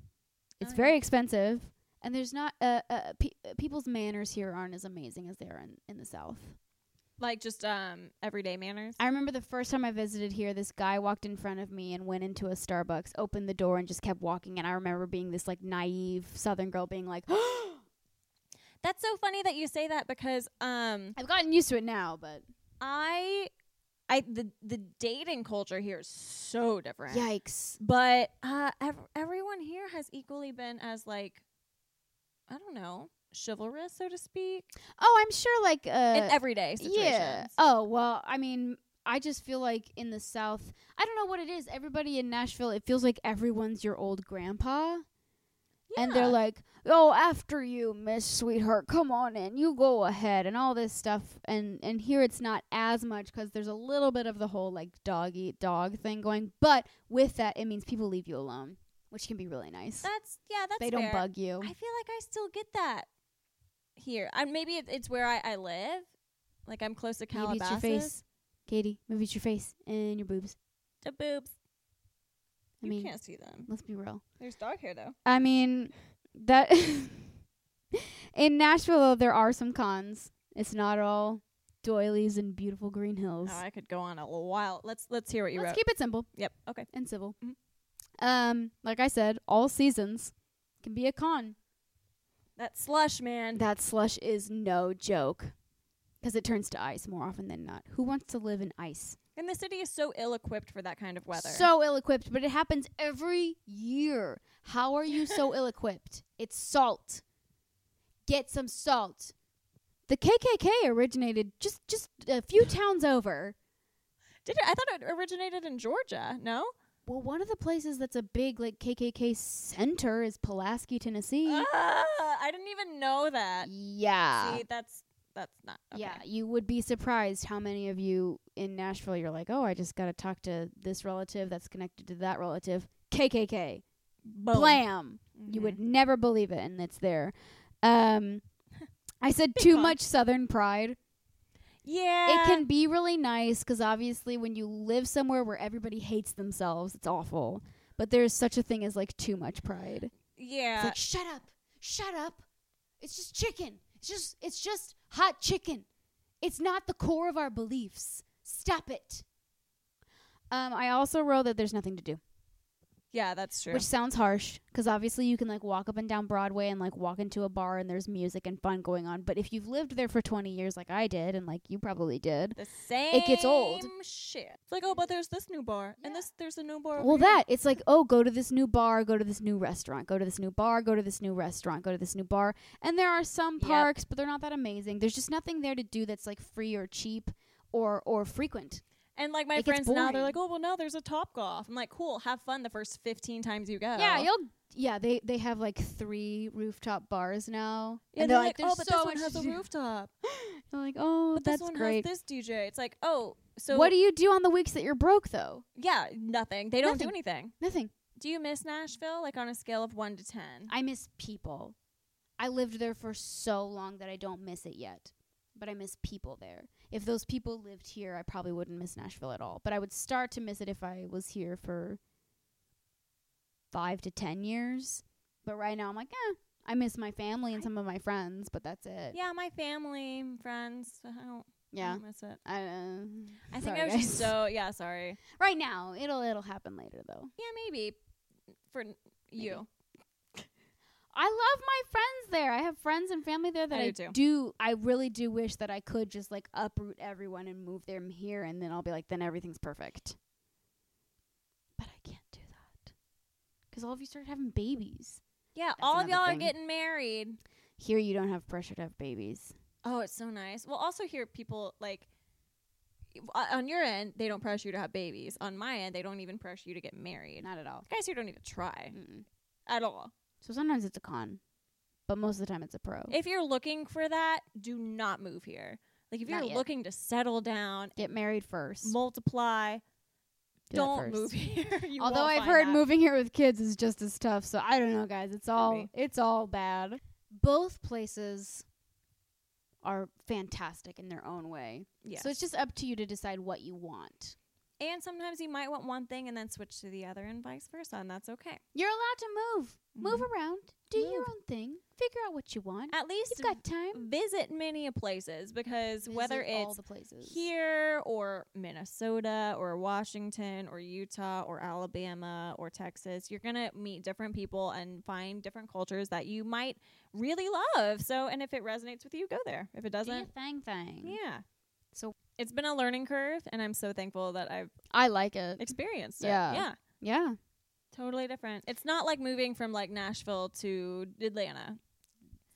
Speaker 3: It's
Speaker 2: Oh, yeah.
Speaker 3: very expensive, and there's not uh, uh pe- uh, people's manners here aren't as amazing as they are in, in the South.
Speaker 2: Like just um everyday manners.
Speaker 3: I remember the first time I visited here, this guy walked in front of me and went into a Starbucks, opened the door, and just kept walking. And I remember being this like naive Southern girl, being like,
Speaker 2: [GASPS] That's so funny that you say that because um
Speaker 3: "I've gotten used to it now," but
Speaker 2: I I the the dating culture here is so different.
Speaker 3: yikes!
Speaker 2: but uh, ev- everyone here has equally been as like i don't know chivalrous so to speak
Speaker 3: Oh, I'm sure like uh,
Speaker 2: in everyday situations
Speaker 3: Yeah. Oh well, I mean, I just feel like in the South, I don't know what it is. Everybody in Nashville, it feels like everyone's your old grandpa. and they're
Speaker 2: Yeah.
Speaker 3: like, "Oh, after you, Miss Sweetheart, come on in. You go ahead," and all this stuff. And and here it's not as much because there's a little bit of the whole like dog eat dog thing going. But with that, it means people leave you alone, which can be really nice.
Speaker 2: that's yeah Uh, that's
Speaker 3: they don't
Speaker 2: fair.
Speaker 3: bug you.
Speaker 2: i feel like i still get that here and maybe it, it's where I, I live like i'm close to
Speaker 3: maybe it's
Speaker 2: calabasas
Speaker 3: your face, Katie. Maybe it's your face and your boobs.
Speaker 2: the boobs
Speaker 3: I
Speaker 2: you
Speaker 3: mean,
Speaker 2: can't see them
Speaker 3: let's be real.
Speaker 2: there's dog hair though
Speaker 3: I mean, that [LAUGHS] in Nashville though, there are some cons. It's not all doilies and beautiful green hills.
Speaker 2: oh, i could go on a little while let's let's hear what you
Speaker 3: Let's
Speaker 2: wrote
Speaker 3: keep it simple
Speaker 2: yep okay
Speaker 3: and civil.
Speaker 2: Mhm.
Speaker 3: Um, like I said, all seasons can be a con.
Speaker 2: that slush man
Speaker 3: That slush is no joke. 'Cause it turns to ice more often than not. Who wants to live in ice?
Speaker 2: and the city is so ill-equipped for that kind of weather
Speaker 3: So ill equipped, but it happens every year. How are you
Speaker 2: [LAUGHS]
Speaker 3: so ill equipped? It's salt. Get some salt. The KKK originated just just a
Speaker 2: [LAUGHS]
Speaker 3: few towns over.
Speaker 2: did it i thought it originated in georgia no
Speaker 3: Well, one of the places that's a big like KKK center is Pulaski, Tennessee.
Speaker 2: Ah, I didn't even know that.
Speaker 3: yeah.
Speaker 2: See, that's that's not. Okay.
Speaker 3: Yeah, you would be surprised how many of you in Nashville you're like, "Oh, I just got to talk to this relative that's connected to that relative." KKK.
Speaker 2: Boom. Mm-hmm.
Speaker 3: Blam. You would never believe it and it's there.
Speaker 2: [LAUGHS]
Speaker 3: Um I said too
Speaker 2: con.
Speaker 3: much southern pride.
Speaker 2: Yeah.
Speaker 3: it can be really nice cuz obviously when you live somewhere where everybody hates themselves, it's awful. But there's such a thing as like too much pride. It's
Speaker 2: Yeah.
Speaker 3: like, shut up, shut up. It's just chicken. It's just it's just hot chicken. It's not the core of our beliefs. Stop it. Um, I also wrote that there's nothing to do,
Speaker 2: yeah, that's true.
Speaker 3: which sounds harsh because obviously you can like walk up and down Broadway and like walk into a bar and there's music and fun going on. But if you've lived there for 20 years, like I did, and like you probably did,
Speaker 2: the same.
Speaker 3: gets old.
Speaker 2: Shit. It's like, oh, but there's this new bar,
Speaker 3: Yeah.
Speaker 2: and this there's a new bar. over
Speaker 3: well,
Speaker 2: here.
Speaker 3: that it's like oh, go to this new bar, go to this new restaurant, go to this new bar, go to this new restaurant, go to this new bar. And there are some
Speaker 2: Yep.
Speaker 3: parks, but they're not that amazing. There's just nothing there to do that's like free or cheap or or frequent.
Speaker 2: And like my
Speaker 3: it gets
Speaker 2: friends now,
Speaker 3: boring.
Speaker 2: they're like, oh, well, now there's a Top Golf. I'm like, cool. Have fun the first 15 times you go.
Speaker 3: Yeah, you'll yeah they they have like three rooftop bars now.
Speaker 2: Yeah,
Speaker 3: and
Speaker 2: they're like, oh,
Speaker 3: "There's
Speaker 2: but
Speaker 3: so
Speaker 2: this one
Speaker 3: much
Speaker 2: has
Speaker 3: to
Speaker 2: a
Speaker 3: do."
Speaker 2: rooftop.
Speaker 3: They're like, oh,
Speaker 2: But this
Speaker 3: that's
Speaker 2: one
Speaker 3: great.
Speaker 2: has this DJ. It's like, oh, so
Speaker 3: what do you do on the weeks that you're broke though?
Speaker 2: yeah, nothing. They don't
Speaker 3: Nothing.
Speaker 2: do anything.
Speaker 3: Nothing.
Speaker 2: Do you miss Nashville? Like on a scale of one to ten?
Speaker 3: I miss people. I lived there for so long that I don't miss it yet. but I miss people there. If those people lived here, I probably wouldn't miss Nashville at all. But I would start to miss it if I was here for five to ten years. But right now, I'm like, eh, I miss my family and some of my friends, but that's it.
Speaker 2: Yeah, my family, friends. I don't, I
Speaker 3: Yeah.
Speaker 2: don't miss it.
Speaker 3: I, uh,
Speaker 2: I think
Speaker 3: sorry,
Speaker 2: I was
Speaker 3: guys.
Speaker 2: just so yeah. Sorry.
Speaker 3: right now. It'll it'll happen later though.
Speaker 2: Yeah, maybe for n- you.
Speaker 3: I love my friends there. I have friends and family there that
Speaker 2: I
Speaker 3: I,
Speaker 2: do too.
Speaker 3: do. I really do wish that I could just like uproot everyone and move them here, and then I'll be like, then everything's perfect. But I can't do that because all of you started having babies.
Speaker 2: Yeah, all of
Speaker 3: another
Speaker 2: y'all are
Speaker 3: thing.
Speaker 2: getting married.
Speaker 3: Here, you don't have pressure to have babies.
Speaker 2: Oh, it's so nice. Well, also hear people like o- on your end, they don't pressure you to have babies. On my end, they don't even pressure you to get married.
Speaker 3: Not at all.
Speaker 2: Guys here don't even try
Speaker 3: Mm-mm.
Speaker 2: at all.
Speaker 3: So sometimes it's a con, but most of the time it's a pro.
Speaker 2: If you're looking for that, do not move here. Like if
Speaker 3: Not
Speaker 2: you're
Speaker 3: yet.
Speaker 2: looking to settle down,
Speaker 3: Get married first.
Speaker 2: multiply,
Speaker 3: Do that
Speaker 2: don't
Speaker 3: first.
Speaker 2: move [LAUGHS] here. You
Speaker 3: Although
Speaker 2: won't
Speaker 3: I've
Speaker 2: find
Speaker 3: heard
Speaker 2: that.
Speaker 3: moving here with kids is just as tough, so I don't know, guys. It's all
Speaker 2: be.
Speaker 3: it's all bad. Both places are fantastic in their own way.
Speaker 2: Yeah.
Speaker 3: So it's just up to you to decide what you want.
Speaker 2: and sometimes you might want one thing and then switch to the other and vice versa, and that's okay.
Speaker 3: You're allowed to move. Move around. Do your
Speaker 2: Mm-hmm. Move.
Speaker 3: own thing. Figure out what you want.
Speaker 2: At least
Speaker 3: You've got time.
Speaker 2: visit many places because whether
Speaker 3: Visit all
Speaker 2: it's
Speaker 3: the places.
Speaker 2: here or Minnesota or Washington or Utah or Alabama or Texas, you're going to meet different people and find different cultures that you might really love. So, and if it resonates with you, go there. If it
Speaker 3: Do your
Speaker 2: doesn't,
Speaker 3: thing thing.
Speaker 2: yeah.
Speaker 3: So-
Speaker 2: it's been a learning curve, and I'm so thankful that I've
Speaker 3: I like it.
Speaker 2: experienced
Speaker 3: Yeah.
Speaker 2: it. Yeah.
Speaker 3: yeah.
Speaker 2: Totally different. It's not like moving from like Nashville to Atlanta.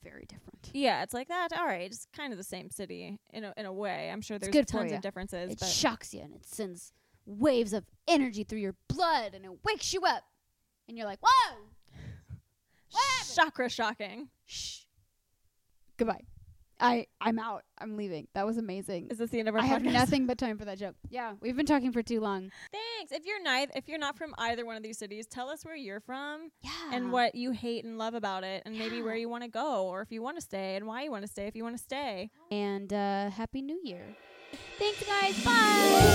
Speaker 3: Very different.
Speaker 2: Yeah, it's like that. All right, it's kind of the same city in a, in a way. I'm sure there's
Speaker 3: good for
Speaker 2: tons
Speaker 3: ya.
Speaker 2: of differences,
Speaker 3: It
Speaker 2: but
Speaker 3: shocks you and it sends waves of energy through your blood and it wakes you up. And you're like, whoa! What happened?
Speaker 2: chakra shocking.
Speaker 3: Shh. Goodbye. I, I'm out. I'm leaving. That was amazing.
Speaker 2: Is this the end of our
Speaker 3: I have
Speaker 2: podcast?
Speaker 3: nothing [LAUGHS] but time for that joke. Yeah, we've been talking for too long.
Speaker 2: Thanks. If you're neither, if you're not from either one of these cities, tell us where you're from
Speaker 3: Yeah.
Speaker 2: and what you hate and love about it, and maybe
Speaker 3: Yeah.
Speaker 2: where you want to go, or if you want to stay, and why you want to stay, if you want to stay.
Speaker 3: And uh, Happy New Year. Thanks, guys. Bye.